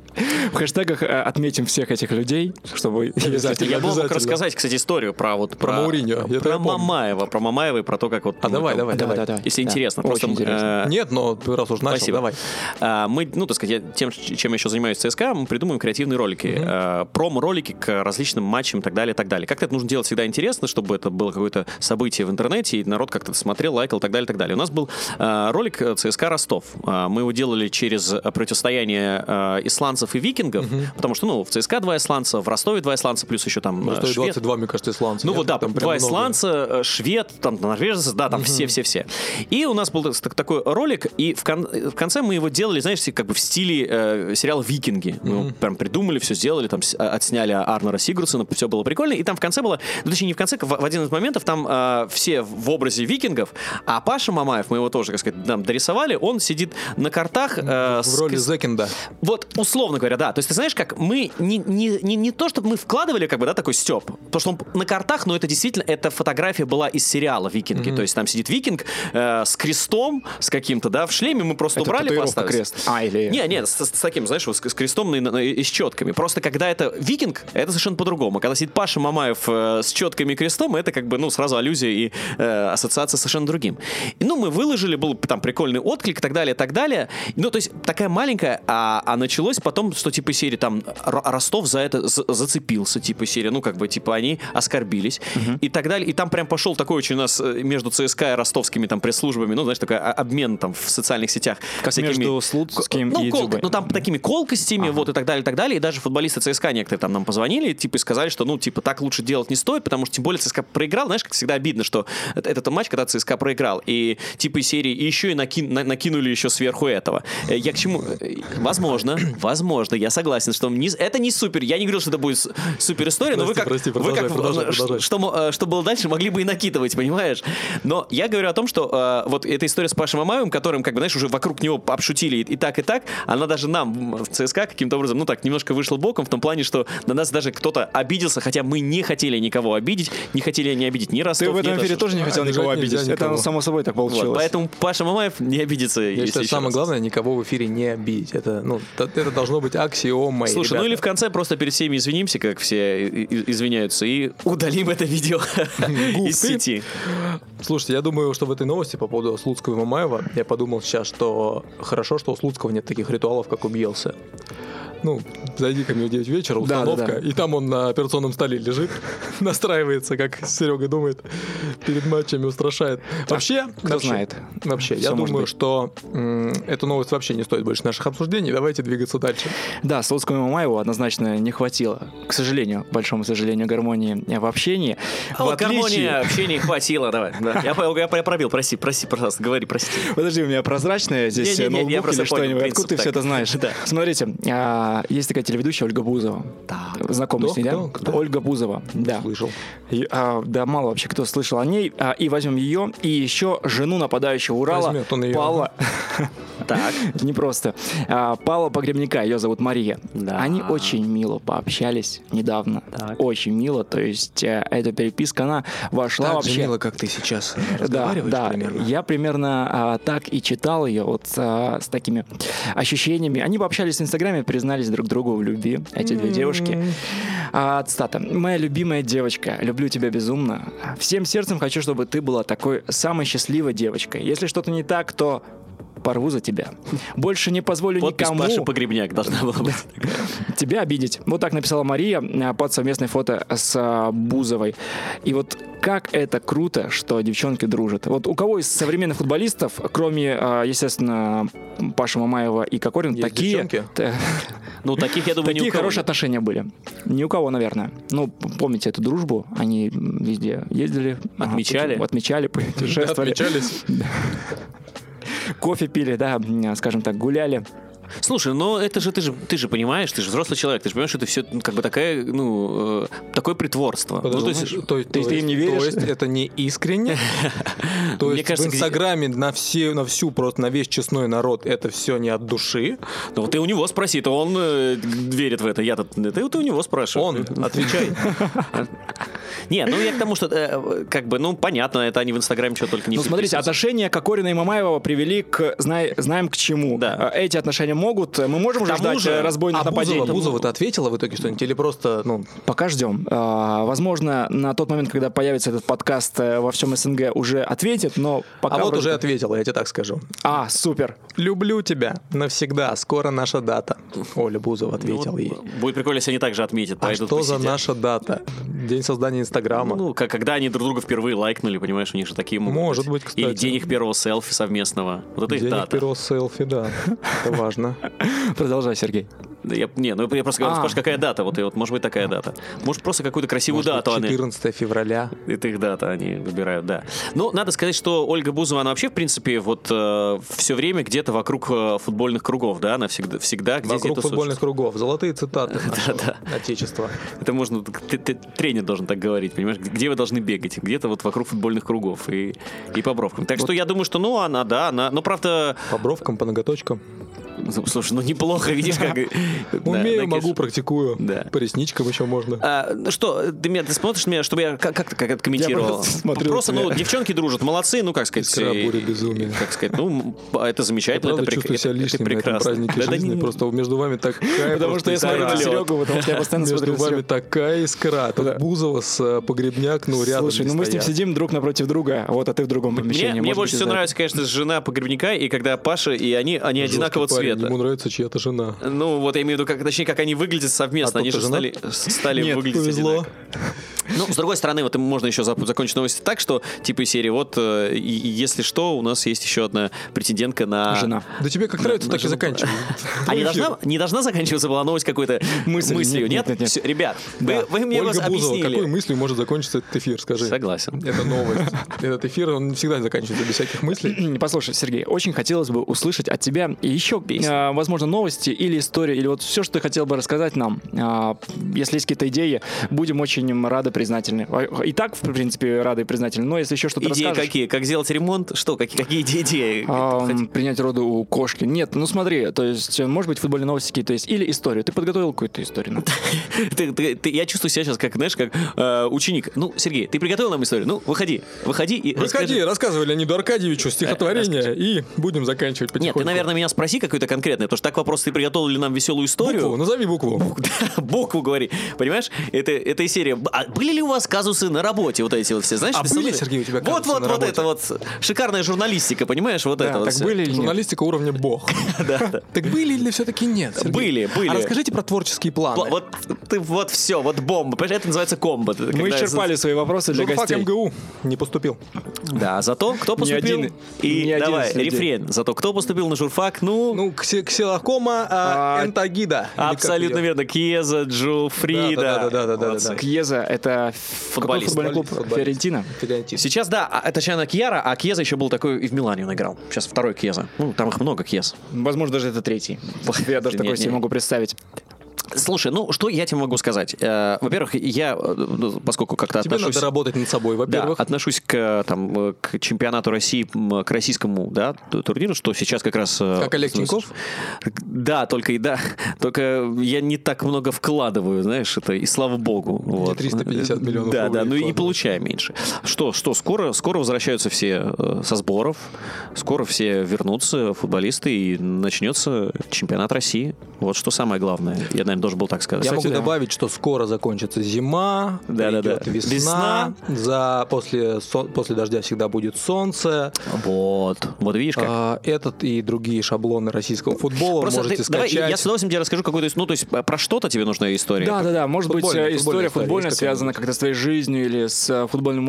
A: В хэштегах э, отметим всех этих людей, чтобы...
B: Обязательно.
C: Я бы вам мог
B: Обязательно.
C: рассказать, кстати, историю про вот про,
B: Мауриньо, я
C: про,
B: это я помню.
C: Мамаева, про Мамаева и про то, как вот.
B: А
C: мы
B: давай,
C: там-
B: давай,
A: Да,
B: давай.
A: да, да.
C: Если
A: Да.
C: интересно, просто
A: Очень интересно.
C: э,
B: Нет, но ты раз уж начал,
C: Спасибо.
B: давай.
C: А, Мы, ну, так сказать, я тем, чем я еще занимаюсь в ЦСКА, мы придумываем креативные ролики. А, Промо-ролики к различным матчам и так далее, и так далее. Как-то это нужно делать всегда интересно, чтобы это было какое-то событие в интернете, и народ как-то это смотрел, лайкал и так далее, и так далее. У нас был а, ролик э, ЦСКА Ростов. А, Мы его делали через э, противостояние э, исландцев и викингов, потому что, ну, в ЦСКА два исландца, в Ростове два исландца, плюс еще там э,
B: Стоит
C: швед.
B: 22, мне кажется, исландцев.
C: Ну
B: Нет,
C: вот да, там
B: там прям
C: два
B: много.
C: исландца, э, швед, там норвежец, да, там все-все-все. И у нас был так- так- такой ролик, и в, кон- в конце мы его делали, знаешь, как бы в стиле э, сериала «Викинги». Мы его прям придумали, все сделали, там с- а- отсняли Арнора Сигурсона, все было прикольно. И там в конце было, ну, точнее не в конце, в, в один из моментов там э, все в образе викингов, а Паша Мамаев, мы его тоже, как сказать, там дорисовали, он сидит на картах э,
B: В
C: с-
B: роли
C: с-
B: Зекинда.
C: вот, условно говоря, да. То есть, ты знаешь, как мы не, не, не, не то, чтобы мы вкладывали, как бы, да, такой степ. То, что он на картах, но это действительно, эта фотография была из сериала Викинги. То есть там сидит викинг э, с крестом, с каким-то, да, в шлеме. Мы просто
A: Это
C: убрали
A: татуировка
C: поставили.
A: крест. А, или-
C: Не, не, с, с таким, знаешь, вот с, с крестом и, на- и с четками. Просто когда это викинг, это совершенно по-другому. Когда сидит Паша Мамаев э, с четками и крестом, это как бы, ну, сразу аллюзия и э, ассоциация с совершенно другим. И, ну, мы выложили, был там прикольный отклик и так далее, и так далее. Ну, то есть такая маленькая, а, а началось потом, что типа серии там Р- Ростов за это за- зацепился, типа серия, ну, как бы, типа они оскорбились и так так далее. И там прям пошел такой очень у нас э, между ЦСКА и ростовскими там пресс-службами, ну, знаешь, такой а- обмен там в социальных сетях.
A: Как
C: всякими-
A: между Слуцким
C: ну,
A: и
C: кол-
A: Дзюбой.
C: ну, там такими колкостями, вот, и так далее, и так далее. И даже футболисты ЦСКА некоторые там нам позвонили, типа, и сказали, что, ну, типа, так лучше делать не стоит, потому что, тем более, ЦСКА проиграл. Знаешь, как всегда обидно, что это, это тот матч, когда ЦСКА проиграл. И, типа, из серии и еще и накин- на- накинули еще сверху этого. Э, Я к чему? э, Возможно, возможно, я согласен, что не- это не супер. Я не говорил, что это будет с- супер история, но вы
B: Прости,
C: как...
B: прости,
C: вы как-
B: продолжай, продолжай,
C: э, ш-
B: продолжай.
C: что, мо- э, что было дальше, могли бы и накидывать, понимаешь? Но я говорю о том, что э, вот эта история с Пашей Мамаевым, которым, как бы, знаешь, уже вокруг него обшутили и, и так, и так, она даже нам м, в ЦСКА каким-то образом, ну так, немножко вышла боком в том плане, что на нас даже кто-то обиделся, хотя мы не хотели никого обидеть, не хотели не обидеть ни Ростов,
A: Ты в
C: ни
A: этом эфире
C: Ростов.
A: тоже не хотел
B: Обижать
A: никого
B: нельзя
A: обидеть. Это
B: никого.
A: оно само собой так
C: Вот,
A: получилось.
C: поэтому Паша Мамаев не обидится.
B: Я
C: если
B: считаю,
C: еще
B: самое
C: раз.
B: главное, никого в эфире не обидеть. Это, ну, т- это должно быть аксиомой.
C: Слушай, ну или в конце просто перед всеми извинимся, как все и- и- извиняются, и удалим это видео из
B: ты.
C: сети.
B: Слушайте, я думаю, что в этой новости по поводу Слуцкого и Мамаева, я подумал сейчас, что хорошо, что у Слуцкого нет таких ритуалов, как убился. Ну, зайди ко мне в 9 вечера,
A: Да, да, да.
B: установка, и там он на операционном столе лежит, настраивается, как Серега думает, перед матчами устрашает. Вообще,
A: кто
B: вообще-
A: знает.
B: Вообще, я
A: Всё может
B: думаю,
A: быть.
B: что м, эту новость вообще не стоит больше наших обсуждений. Давайте двигаться дальше.
A: Да, Слуцкому и Мамаеву однозначно не хватило, к сожалению, к большому сожалению, гармонии в общении.
C: А
A: в
C: вот
A: отличие-
C: гармония вообще не хватило, давай. Да. Я, по- я, пробил, прости, прости, пожалуйста, говори, прости.
A: Подожди, у меня прозрачная здесь
C: Не-не-не, я
A: ноутбук
C: просто
A: или
C: понял
A: что-нибудь.
C: принцип,
A: Откуда ты все
C: так.
A: это знаешь?
C: Да.
A: Смотрите, а, есть такая телеведущая Ольга Бузова.
C: Так.
A: Знакомы
B: Кто,
A: с ней, да?
B: кто, кто?
A: Ольга Бузова. Да.
B: Слышал.
A: И, а, да, мало вообще кто слышал о ней. А, и возьмем ее, и еще жену нападающего Урала.
B: Возьмет он её.
A: Павла.
C: Так.
A: Не просто. А, Павла Погребника, ее зовут Мария.
C: Да.
A: Они очень мило пообщались недавно.
C: Так.
A: Очень мило. То есть э, эта переписка, она вошла Ну,
B: Так
A: а вообще...
B: же мило, как ты сейчас э,
A: Да,
B: разговариваешь
A: да.
B: примерно.
A: Я примерно а, так и читал ее вот а, с такими ощущениями. Они пообщались в Инстаграме, признались друг другу в любви, эти две девушки. А, цитата. «Моя любимая девочка, люблю тебя безумно. Всем сердцем хочу, чтобы ты была такой самой счастливой девочкой. Если что-то не так, то порву за тебя. Больше не позволю
C: Подпись
A: никому
C: Паши Погребняк должна была быть.
A: тебя обидеть. Вот так написала Мария а, под совместное фото с а, Бузовой. И вот как это круто, что девчонки дружат. Вот у кого из современных футболистов, кроме, а, естественно, Паши Мамаева и Кокорин,
B: Есть
A: такие,
B: девчонки?
A: т-
C: Ну, таких, я думаю, не
A: такие
C: у кого
A: хорошие
C: нет.
A: отношения были? Ни у кого, наверное. Ну, п- помните эту дружбу? Они м, везде ездили. а,
C: Отмечали.
A: пути- Отмечали, путешествовали.
B: Отмечались.
A: Кофе пили, да, м, скажем так, гуляли.
C: Слушай, ну это же ты же ты же понимаешь, ты же взрослый человек, ты же понимаешь, что это все ну, как бы такая, ну, э, такое притворство. Ну, то
B: Подожди,
C: есть,
B: то есть-
A: то есть
B: то
A: ты им не
B: есть-
A: веришь?
B: То есть это не искренне? То
C: Мне
B: есть в
C: кажется, где-
B: Инстаграме на все, на всю просто на весь честной народ это все не от души.
C: ну вот ты у него спроси, то он э, верит в это, я тут, ты, ты у него спрашивай.
B: Он, отвечай.
C: Не, ну я к тому, что э, как бы, ну понятно, это они в Инстаграме что только не.
A: Ну, смотрите,
C: подписываются.
A: отношения Кокорина и Мамаева привели к знай- знаем к чему.
C: Да.
A: Э, Эти отношения могут. Мы можем уже
C: К тому
A: ждать
C: же,
A: э, разбойных
B: А Бузова,
A: нападений.
B: Бузова-то ответила в итоге что-нибудь? Или просто, ну,
A: Пока ждем. А, Возможно, на тот момент, когда появится этот подкаст э, во всем СНГ, уже ответит, но пока.
B: а вот
A: вроде
B: уже
A: как-
B: ответила, я тебе так скажу.
A: А, супер.
B: Люблю тебя навсегда, скоро наша дата. Оля Бузова
C: Ну,
B: ответила
C: вот
B: ей.
C: Будет прикольно, если они также отметят.
B: А
C: пойдут
B: что за
C: посидят.
B: наша дата? День создания Инстаграма.
C: Ну, как, когда они друг друга впервые лайкнули, понимаешь, у них же такие могут
B: Может быть, кстати.
C: Или день их первого селфи совместного. Вот это их
B: День их
C: дата.
B: первого селфи, да. Это важно.
A: Продолжай, Сергей.
C: Да я, не, ну я просто говорю,
A: А.
C: спрашиваю, какая дата? Вот, и вот, может быть, такая дата. Может, просто какую-то красивую
B: Может быть,
C: дату они...
B: 14 февраля.
C: Это их дата, они выбирают, да. Но надо сказать, что Ольга Бузова, она вообще, в принципе, вот все время где-то вокруг э, футбольных кругов, да? Она всегда, всегда где-то
B: Вокруг
C: тусуется.
B: футбольных кругов. Золотые цитаты нашего Отечества.
C: Это можно, т- т- тренер должен так говорить, понимаешь, где вы должны бегать, где-то вот вокруг футбольных кругов и, и по бровкам. Так что я думаю, что, ну, она, да, она, но правда,
B: По бровкам, по ноготочкам.
C: слушай, ну, неплохо, видишь, как... Да,
B: Умею,
C: накидыш.
B: могу, практикую.
C: Да.
B: По ресничкам еще можно.
C: А, ну что, ты, меня, ты смотришь на меня, чтобы я как, как, как это комментировал?
A: просто смотрю
C: просто,
A: на тебя.
C: ну, девчонки дружат, молодцы, ну, как сказать...
B: Искра
C: э,
B: бури безумия.
C: Как сказать, ну, м, это замечательно,
B: Правда,
C: это, прек-
B: чувствую себя
C: это- это
B: лишним на этом
C: прекрасно.
B: празднике
C: Да, да,
B: жизни.
C: не-
B: Просто между вами
A: Потому
B: такая... Э, просто
A: что я смотрю на
C: искра.
A: Серегу, потому что я постоянно
B: Между
A: смотрю на
B: вами
A: Серегу.
B: такая искра. Тут
A: Да.
B: Бузова с э, Погребняк, ну, рядом
A: Слушай, ну мы с ним
B: стоят.
A: сидим друг напротив друга, вот, а ты в другом помещении.
C: Мне, мне
A: Может
C: больше
A: быть,
C: всего
A: из-за
C: нравится, конечно, жена погребника, и когда Паша, и они, они
B: Жесткий
C: одинакового
B: парень,
C: цвета.
B: Ему нравится чья-то жена.
C: Ну, вот я имею в виду, как, точнее, как они выглядят совместно.
B: А
C: они
B: тот
C: же
B: ты жена?
C: стали, стали
B: Нет,
C: выглядеть
B: повезло.
C: одинаково. Ну, с другой стороны, вот можно еще зап- закончить новости так, что типа из серии вот, э, и- и если что, у нас есть еще одна претендентка на...
A: Жена.
B: Да тебе как нравится,
C: ну
B: так и заканчивай.
C: А не должна, не должна заканчиваться была новость какой-то
A: Мысль.
C: мыслью?
A: Нет,
C: Нет,
A: нет, нет.
C: Всё, ребят, вы-
B: Да.
C: вы, мне
B: Ольга
C: вас
B: Бузова,
C: объяснили.
B: какой мыслью может закончиться этот эфир, скажи?
C: Согласен.
B: Это новость. Этот эфир, он всегда заканчивается без всяких мыслей.
A: Послушай, Сергей, очень хотелось бы услышать от тебя еще, э, возможно, новости или истории, или вот все, что ты хотел бы рассказать нам. А, Если есть какие-то идеи, будем очень им рады, признательны. А, И так, в принципе, рады и признательны, но если еще что-то
C: Идеи
A: расскажешь...
C: какие? Как сделать ремонт? Что? Какие, какие иде- идеи?
A: ам,
C: Хоть-
A: принять роды у кошки. Нет, ну смотри, то есть, э, может быть, футбольные новости какие-то есть. Или историю. Ты подготовил какую-то историю? Ну, нам?
C: Ты- ты- ты- я чувствую себя сейчас как, знаешь, как э, ученик. Ну, Сергей, ты приготовил нам историю? Ну, выходи, выходи и расскажи. Э,
B: Выходи, рассказывай Леониду Аркадьевичу стихотворение, и будем заканчивать
C: Нет,
B: потихоньку.
C: ты, наверное, меня спроси какой-то конкретный, потому что так вопрос, ты приготовил ли нам веселую историю?
B: Букву, ну. назови букву.
C: Да, букву говори. Понимаешь? Это, это и серия. Б- а были ли у вас казусы на работе вот эти вот все? Знаешь,
B: А
C: ты
B: были,
C: смотришь-
B: Сергей, у тебя
C: Вот,
B: казусы
C: вот,
B: на
C: вот
B: работе?
C: это вот. Шикарная журналистика, понимаешь? Вот это
A: Да,
C: вот
A: Так
C: всё.
A: были или нет?
B: Журналистика уровня бог.
C: Да, да.
B: Так были или все-таки нет? Сергей?
C: Были, были.
B: А расскажите про творческие
C: Пла-
B: планы.
C: Вот ты вот все, вот бомба. Понимаешь, это называется комбо. Это
A: Мы
C: когда- Ну,
A: исчерпали свои вопросы для
B: Журфак
A: гостей.
B: МГУ не поступил.
C: Да, зато кто поступил.
A: один-
C: и
A: ни один
C: давай,
A: из людей.
C: рефрен. Зато кто поступил на журфак? Ну,
B: Ну, ксе- ксилокома а,
A: А,
B: энтагида. или как
C: абсолютно
B: её?
C: верно. Кьеза, Джуфрида.
B: Да, да, да, да, да,
C: Вот.
B: да, да.
A: Кьеза — это ф- какой
C: Футболист.
A: футбольный клуб?
B: Футболист.
A: Фиорентина?
B: Фиорентина.
C: Сейчас, да, а- это Чана Кьяра, а Кьеза еще был такой и в Милане он играл. Сейчас второй Кьеза. Ну, там их много Кьез.
A: Возможно, даже это третий. Я даже такой
C: Не-не.
A: себе могу представить.
C: Слушай, ну что я тебе могу сказать? Э, Во-первых, я, э, ну, поскольку как-то
B: Тебе
C: отношусь...
B: надо работать над собой,
C: Да,
B: во-первых.
C: отношусь к, э, там, э, к чемпионату России, м, к российскому да, ту- турниру, что сейчас как раз... э,
B: Как Олег Тиньков?
C: Да, только и да, только я не так много вкладываю, знаешь, это и слава богу. Вот.
B: 350 миллионов
C: Да, да, ну и
B: рублей
C: не
B: вкладываешь.
C: получаю меньше. Что, что, скоро, скоро возвращаются все э, со сборов, скоро все вернутся, футболисты, и начнется чемпионат России. Вот что самое главное. Я, наверное, должен был так сказать.
B: Я
A: Кстати,
B: могу
A: да.
B: добавить, что скоро закончится зима,
C: Да, да, да.
B: придет весна, за после со- после дождя всегда будет солнце.
C: Вот. Вот видишь как.
B: А, этот и другие шаблоны российского футбола
C: Просто
B: можете
C: ты- давай,
B: скачать.
C: я с удовольствием тебе расскажу какую-то, ис- ну, то есть э, про что-то тебе нужна история.
A: Да, да, да. Может быть,
B: Футбольная,
A: э,
B: футбольная
A: история
B: история,
A: футбольная
B: есть
A: связана как-то с твоей жизнью или с э, футбольным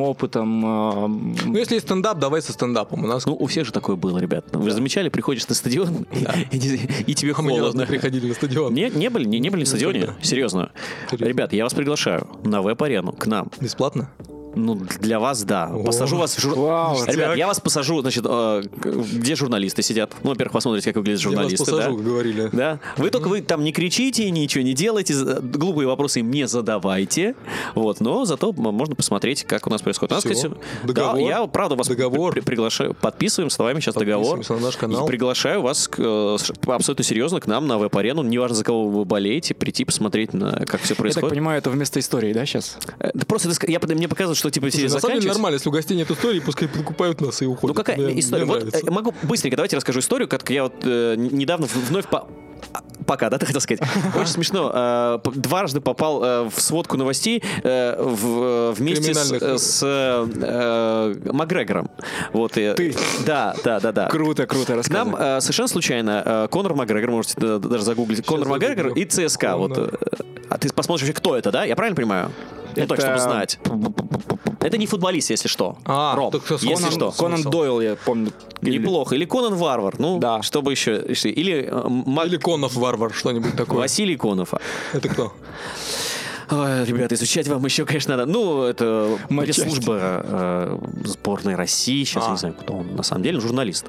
A: опытом. э,
B: Ну если есть стендап, давай со стендапом. У нас
C: Ну, у всех же такое было, ребят. Вы же замечали, приходишь на стадион, и- и, не- и тебе
B: А мы ни разу не
C: холодно.
B: приходили на стадион
C: Не, не были, не, не были на стадионе? Серьезно.
B: Серьезно.
C: Ребят, я вас приглашаю на веб-арену к нам.
B: бесплатно.
C: Ну, для вас, да. Посажу вас в жур...
A: Вау,
C: Ребят,
B: так.
C: я вас посажу, значит, э, к- где журналисты сидят. Ну, во-первых, посмотрите, как выглядят
B: Я вас
C: журналисты. да?
B: посажу, говорили.
C: Да. Вы только вы там не кричите, ничего не делайте, за- глупые вопросы им не задавайте. Вот, но зато м- можно посмотреть, как у нас происходит. У нас,
B: Всё.
C: кстати,
B: Договор.
C: Да, я правда вас
B: Договор.
C: при- при- приглашаю, подписываем с вами сейчас договор.
B: Подписываемся на наш канал.
C: И приглашаю вас к, э, с- абсолютно серьезно к нам на веб-арену, неважно за кого вы болеете, прийти посмотреть, на, как все
A: Я так
C: происходит.
A: понимаю, это вместо истории, да, сейчас?
C: Э, да просто ты ска- я, под- мне показывают, что типа все
B: Слушай, на самом деле
C: заканчивается.
B: нормально, если у гостей нет истории, пускай покупают нас и уходят.
C: Ну какая
B: Мне-
C: история?
B: мне
C: Вот
B: нравится.
C: э, могу быстренько, давайте расскажу историю, как я вот э, н- недавно в- вновь по... а, Пока, да, ты хотел сказать? Очень смешно. Э, п- Дважды попал э, в сводку новостей э, в- э, вместе с,
B: Криминальных.
C: э, с, э, э, Макгрегором. Вот, ты? Да, да, да, да.
A: Круто, круто,
C: К нам
A: рассказывай.
C: э, совершенно случайно э, Конор Макгрегор, можете э, даже загуглить, Конор Макгрегор
B: загуглю.
C: и ЦСКА. Вот,
B: Конор.
C: э, а ты посмотришь вообще, кто это, да? Я правильно понимаю? Ну так,
A: Это-
C: чтобы знать. Это не футболист, если что.
B: А,
C: Ром,
B: так с
C: если что.
B: Конором-
A: Конан
B: Смысл.
A: Дойл, я помню. Или-
C: Неплохо. Или Конан Варвар. Ну,
A: Да.
C: чтобы еще. если- Или, э, Мак-
B: Или Конов варвар, что-нибудь такое.
C: Василий Конов.
B: Это кто?
C: Ой, ребята, изучать вам еще, конечно, надо. Ну, это
A: Мочать.
C: пресс-служба э, сборной России. Сейчас
B: А.
C: я не знаю, кто он на самом деле, журналист.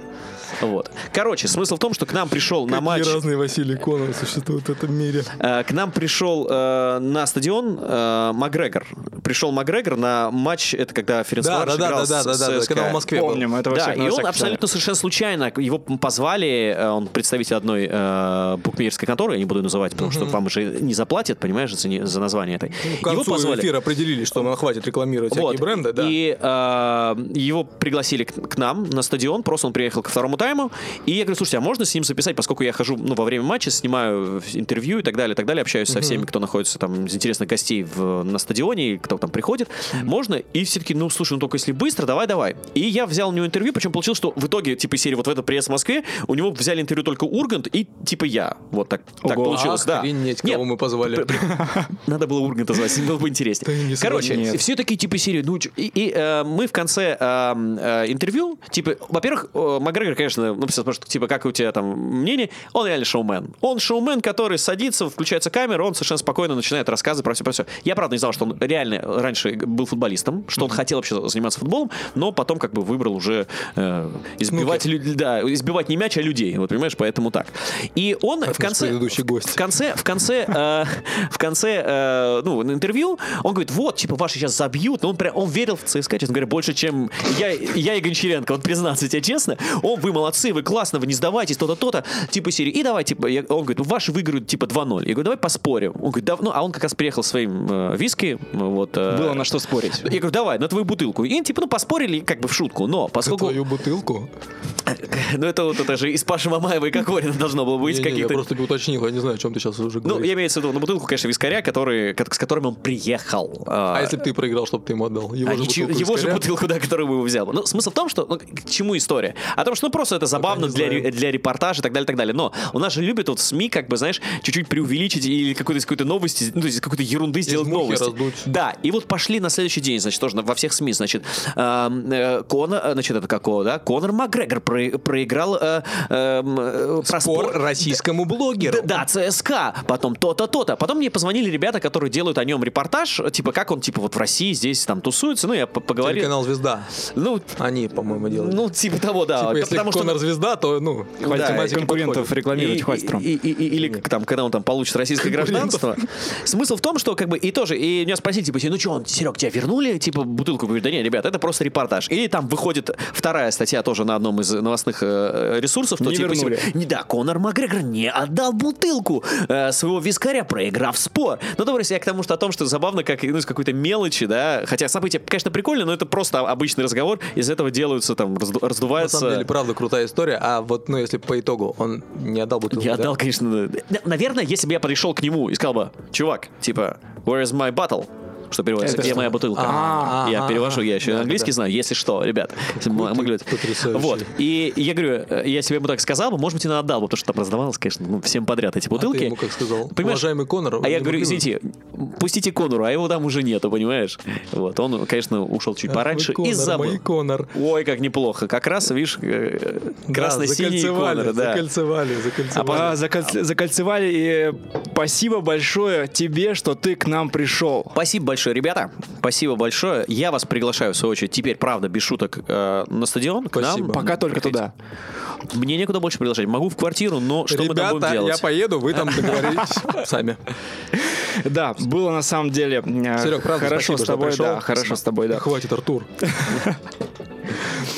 C: Вот. Короче, смысл в том, что к нам пришел на матч.
B: Какие разные Василий Конов существуют в этом мире.
C: Э, К нам пришел э, на стадион э, Макгрегор. Пришел Макгрегор на матч, это когда Ференц
B: Да,
C: Варш
B: да, да,
C: играл
B: да, да,
C: с-
B: да,
C: с
B: да,
C: СКА.
B: когда он в Москве был.
A: Помним, это во
C: Да,
A: всех
C: и он
A: новостях
C: абсолютно совершенно случайно, его позвали, э, он представитель одной э, букмекерской конторы, я не буду ее называть, потому что вам же не заплатят, понимаешь, за, не- за название этой.
B: Ну, К концу
C: его позвали.
B: эфира определили, что нам хватит рекламировать всякие
C: Вот.
B: бренды, да.
C: И э, его пригласили к, к нам на стадион, просто он приехал ко второму овертайму. И я говорю, слушайте, а можно с ним записать, поскольку я хожу ну, во время матча, снимаю интервью и так далее, и так далее, общаюсь со всеми, кто находится там из интересных гостей в- на стадионе, и кто там приходит. Можно? И все таки ну, слушай, ну только если быстро, давай, давай. И я взял у него интервью, причем получилось, что в итоге, типа, из серии вот в этот приезд в Москве, у него взяли интервью только Ургант и, типа, я. Вот так, так
A: Ого.
C: получилось, А, да.
B: Охренеть,
C: Нет,
B: кого мы позвали.
C: при- Надо было Урганта звать, было бы интереснее.
B: не
C: Короче,
A: сомневаюсь.
C: все такие типа серии. Ну, чё- и и, э, мы в конце э, м, э, интервью, типа, во-первых, э, Макгрегор, конечно, ну, все спрашивают, типа, как у тебя там мнение? Он реально шоумен. Он шоумен, который садится, включается камера, он совершенно спокойно начинает рассказы про все, про все. Я, правда, не знал, что он реально раньше был футболистом, что он хотел вообще заниматься футболом, но потом как бы выбрал уже э,
B: Ну,
C: избивать, лю- да, избивать не мяч, а людей, вот понимаешь, поэтому так. И он в
B: наш
C: конце...
B: предыдущий гость.
C: В конце, в конце, э, в конце, э, ну, на интервью он говорит, вот, типа, ваши сейчас забьют. Но он прям, он верил в ЦСКА, честно говоря, больше, чем я, я и Гончаренко. Вот признаться тебе честно, он, вы молодцы, вы классно, вы не сдавайтесь, то-то, то-то. Типа, серии, и давай, типа, я- он говорит, ваши выиграют, типа, 2-0. Я говорю, давай поспорим. Он говорит, да, ну, а он как раз приехал своим э, виски, вот. э,
A: Было на что спорить.
C: Я говорю, давай, на твою бутылку. И, типа, ну, поспорили, как бы, в шутку, но поскольку...
B: Твою бутылку?
C: Ну, это вот это же из Паши Мамаева и Кокорина должно было быть
B: Не-не, Я
C: каких-то...
B: просто не уточнил, я не знаю, о чем ты сейчас уже
C: Ну,
B: говоришь.
C: я имею в виду на бутылку, конечно, вискаря, который, кот- с которым он приехал.
B: А если бы ты проиграл, чтобы ты ему отдал? Его
C: а
B: же
C: ничего-
B: бутылку
C: его же
B: вискаря?
C: бутылку, да, которую мы взял. Ну, смысл в том, что... ну, к чему история? О том, что ну, просто это забавно
B: не
C: для,
B: знаю.
C: ре- для репортажа и так далее, и так далее. Но у нас же любят вот СМИ, как бы, знаешь, чуть-чуть преувеличить или какой-то из какой-то новости, ну, то есть из какой-то ерунды сделать
B: мухи
C: новости.
B: раздуть.
C: Да, и вот пошли на следующий день, значит, тоже на- во всех СМИ, значит, эм, э, Конор, э, значит, это какого, да? Конор Макгрегор про- проиграл... э, эм, э, проспор-
B: Спор российскому
C: Д-
B: блогеру.
C: Да, ЦСКА, потом то-то, то-то. Потом мне позвонили ребята, которые делают о нем репортаж, типа, как он, типа, вот в России здесь там тусуется, ну, я п- поговорил.
B: Телеканал «Звезда».
C: Ну,
B: Они, по-моему, делают.
C: ну, типа того, да.
B: Типа,
C: Т-
B: если Конор звезда, то, ну,
A: Хватит
C: Да,
A: этих
B: математика
A: конкурентов
B: подходит.
A: рекламировать,
C: и-
A: хватит, Ром.
C: и- и- и- Или как там, когда он там получит российское гражданство. Смысл в том, что как бы и тоже, и меня спросили, типа, ну что, он, Серег, тебя вернули? Типа, бутылку говорит, да не, ребят, это просто репортаж. И там выходит вторая статья тоже на одном из новостных э, ресурсов, что
A: Не
C: типа,
A: вернули.
C: Сер- не, да, Конор Макгрегор не отдал бутылку э, своего вискаря, проиграв спор. Ну, добрый я к тому, что о том, что забавно, как ну, из какой-то мелочи, да, хотя событие, конечно, прикольно, но это просто обычный разговор, из этого делаются там, разду-
B: На
C: раздуваются...
B: самом деле, правда, крутая история. А вот, ну, если по итогу, он не отдал бутылку,
C: Я
B: да?
C: отдал, конечно. да. Н- Наверное, если бы я подошел к нему и сказал бы, чувак, типа, where is my bottle? Что переводится?
A: Это
C: Где
A: что?
C: моя бутылка?
B: А,
C: я
B: а,
C: перевожу,
B: а,
C: я еще
B: да,
C: английский
B: да.
C: знаю, если что, ребят. если мы- мы говорим.
B: потрясающий.
C: Вот. И я говорю, э, я себе ему так сказал бы, может быть, и на отдал бы, потому что там раздавалось, конечно, ну, всем подряд эти бутылки.
B: А ему как сказал?
C: Понимаешь?
B: «Уважаемый Конор,
C: А я
B: не
C: говорю,
B: могли бы?»
C: извините, пустите Конору, а его там уже нету, понимаешь? Вот, он, конечно, ушел чуть
B: Ах,
C: пораньше
B: вы Конор,
C: и забыл.
B: мои Конор.
C: Ой, как неплохо. Как раз, видишь, э,
B: Да,
C: красно-синий
B: закольцевали,
C: Конор, да.
B: Закольцевали, закольцевали.
A: А, закольц- закольцевали, и спасибо большое тебе, что ты к нам пришел.
C: Спасибо большое, ребята. Спасибо большое. Я вас приглашаю, в свою очередь, теперь, правда, без шуток, э, на стадион к нам.
B: Спасибо.
A: Пока только туда.
C: Мне некуда больше приглашать. Могу в квартиру, но что мы там будем
B: Ребята, я
C: делать?
B: поеду, вы там договоритесь сами.
A: Да, было на самом деле
C: А,
A: э,
B: Серег, правда,
A: хорошо
B: спасибо,
A: с
B: что
A: тобой,
B: пришел.
A: да, хорошо с тобой, да.
B: Хватит, Артур.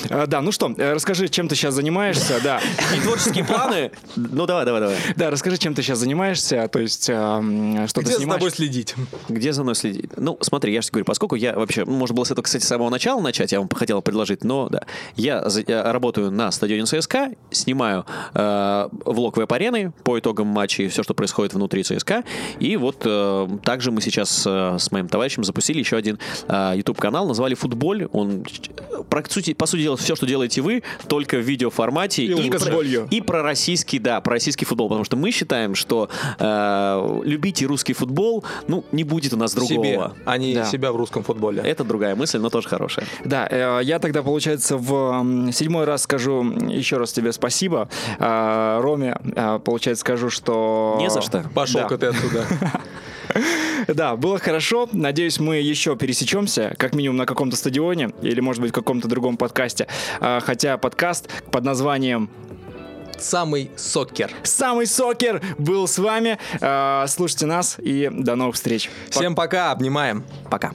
A: А, Да, ну что, э, расскажи, чем ты сейчас занимаешься, да.
C: И творческие планы? Ну, давай, давай, давай.
A: Да, расскажи, чем ты сейчас занимаешься, то есть э, м, что ты
B: Где за тобой
A: снимаешь.
B: следить?
C: Где за мной следить? Ну, смотри, я же говорю, поскольку я вообще... ну, Можно было с этого, кстати, с самого начала начать, я вам хотел предложить, но да. Я, за- я работаю на стадионе ЦСКА, снимаю э, влог веб-арены по итогам матчей, все, что происходит внутри ЦСКА. И вот э, также мы сейчас э, с моим товарищем запустили еще один э, YouTube-канал, назвали «Футболь». Он, ч- по сути, по сути дела, все, что делаете вы, только в видеоформате.
A: И только с
C: про-
A: болью.
C: и про российский, да, про российский футбол, потому что мы считаем, что э, любите русский футбол, ну, не будет у нас другого.
B: Себе, а не
A: Да.
B: себя в русском футболе.
C: Это другая мысль, но тоже хорошая.
A: Да, э, я тогда, получается, в м, седьмой раз скажу м, еще раз тебе спасибо. А, Роме, а, получается, скажу, что...
C: Не за что.
B: Пошел-ка
A: Да.
B: ты отсюда.
A: Да, было хорошо. Надеюсь, мы еще пересечемся, как минимум на каком-то стадионе или, может быть, в каком-то другом подкасте. А, Хотя подкаст под названием
B: Самый сокер.
A: «Самый сокер» был с вами. А, Слушайте нас и до новых встреч.
B: Всем пока, обнимаем. Пока.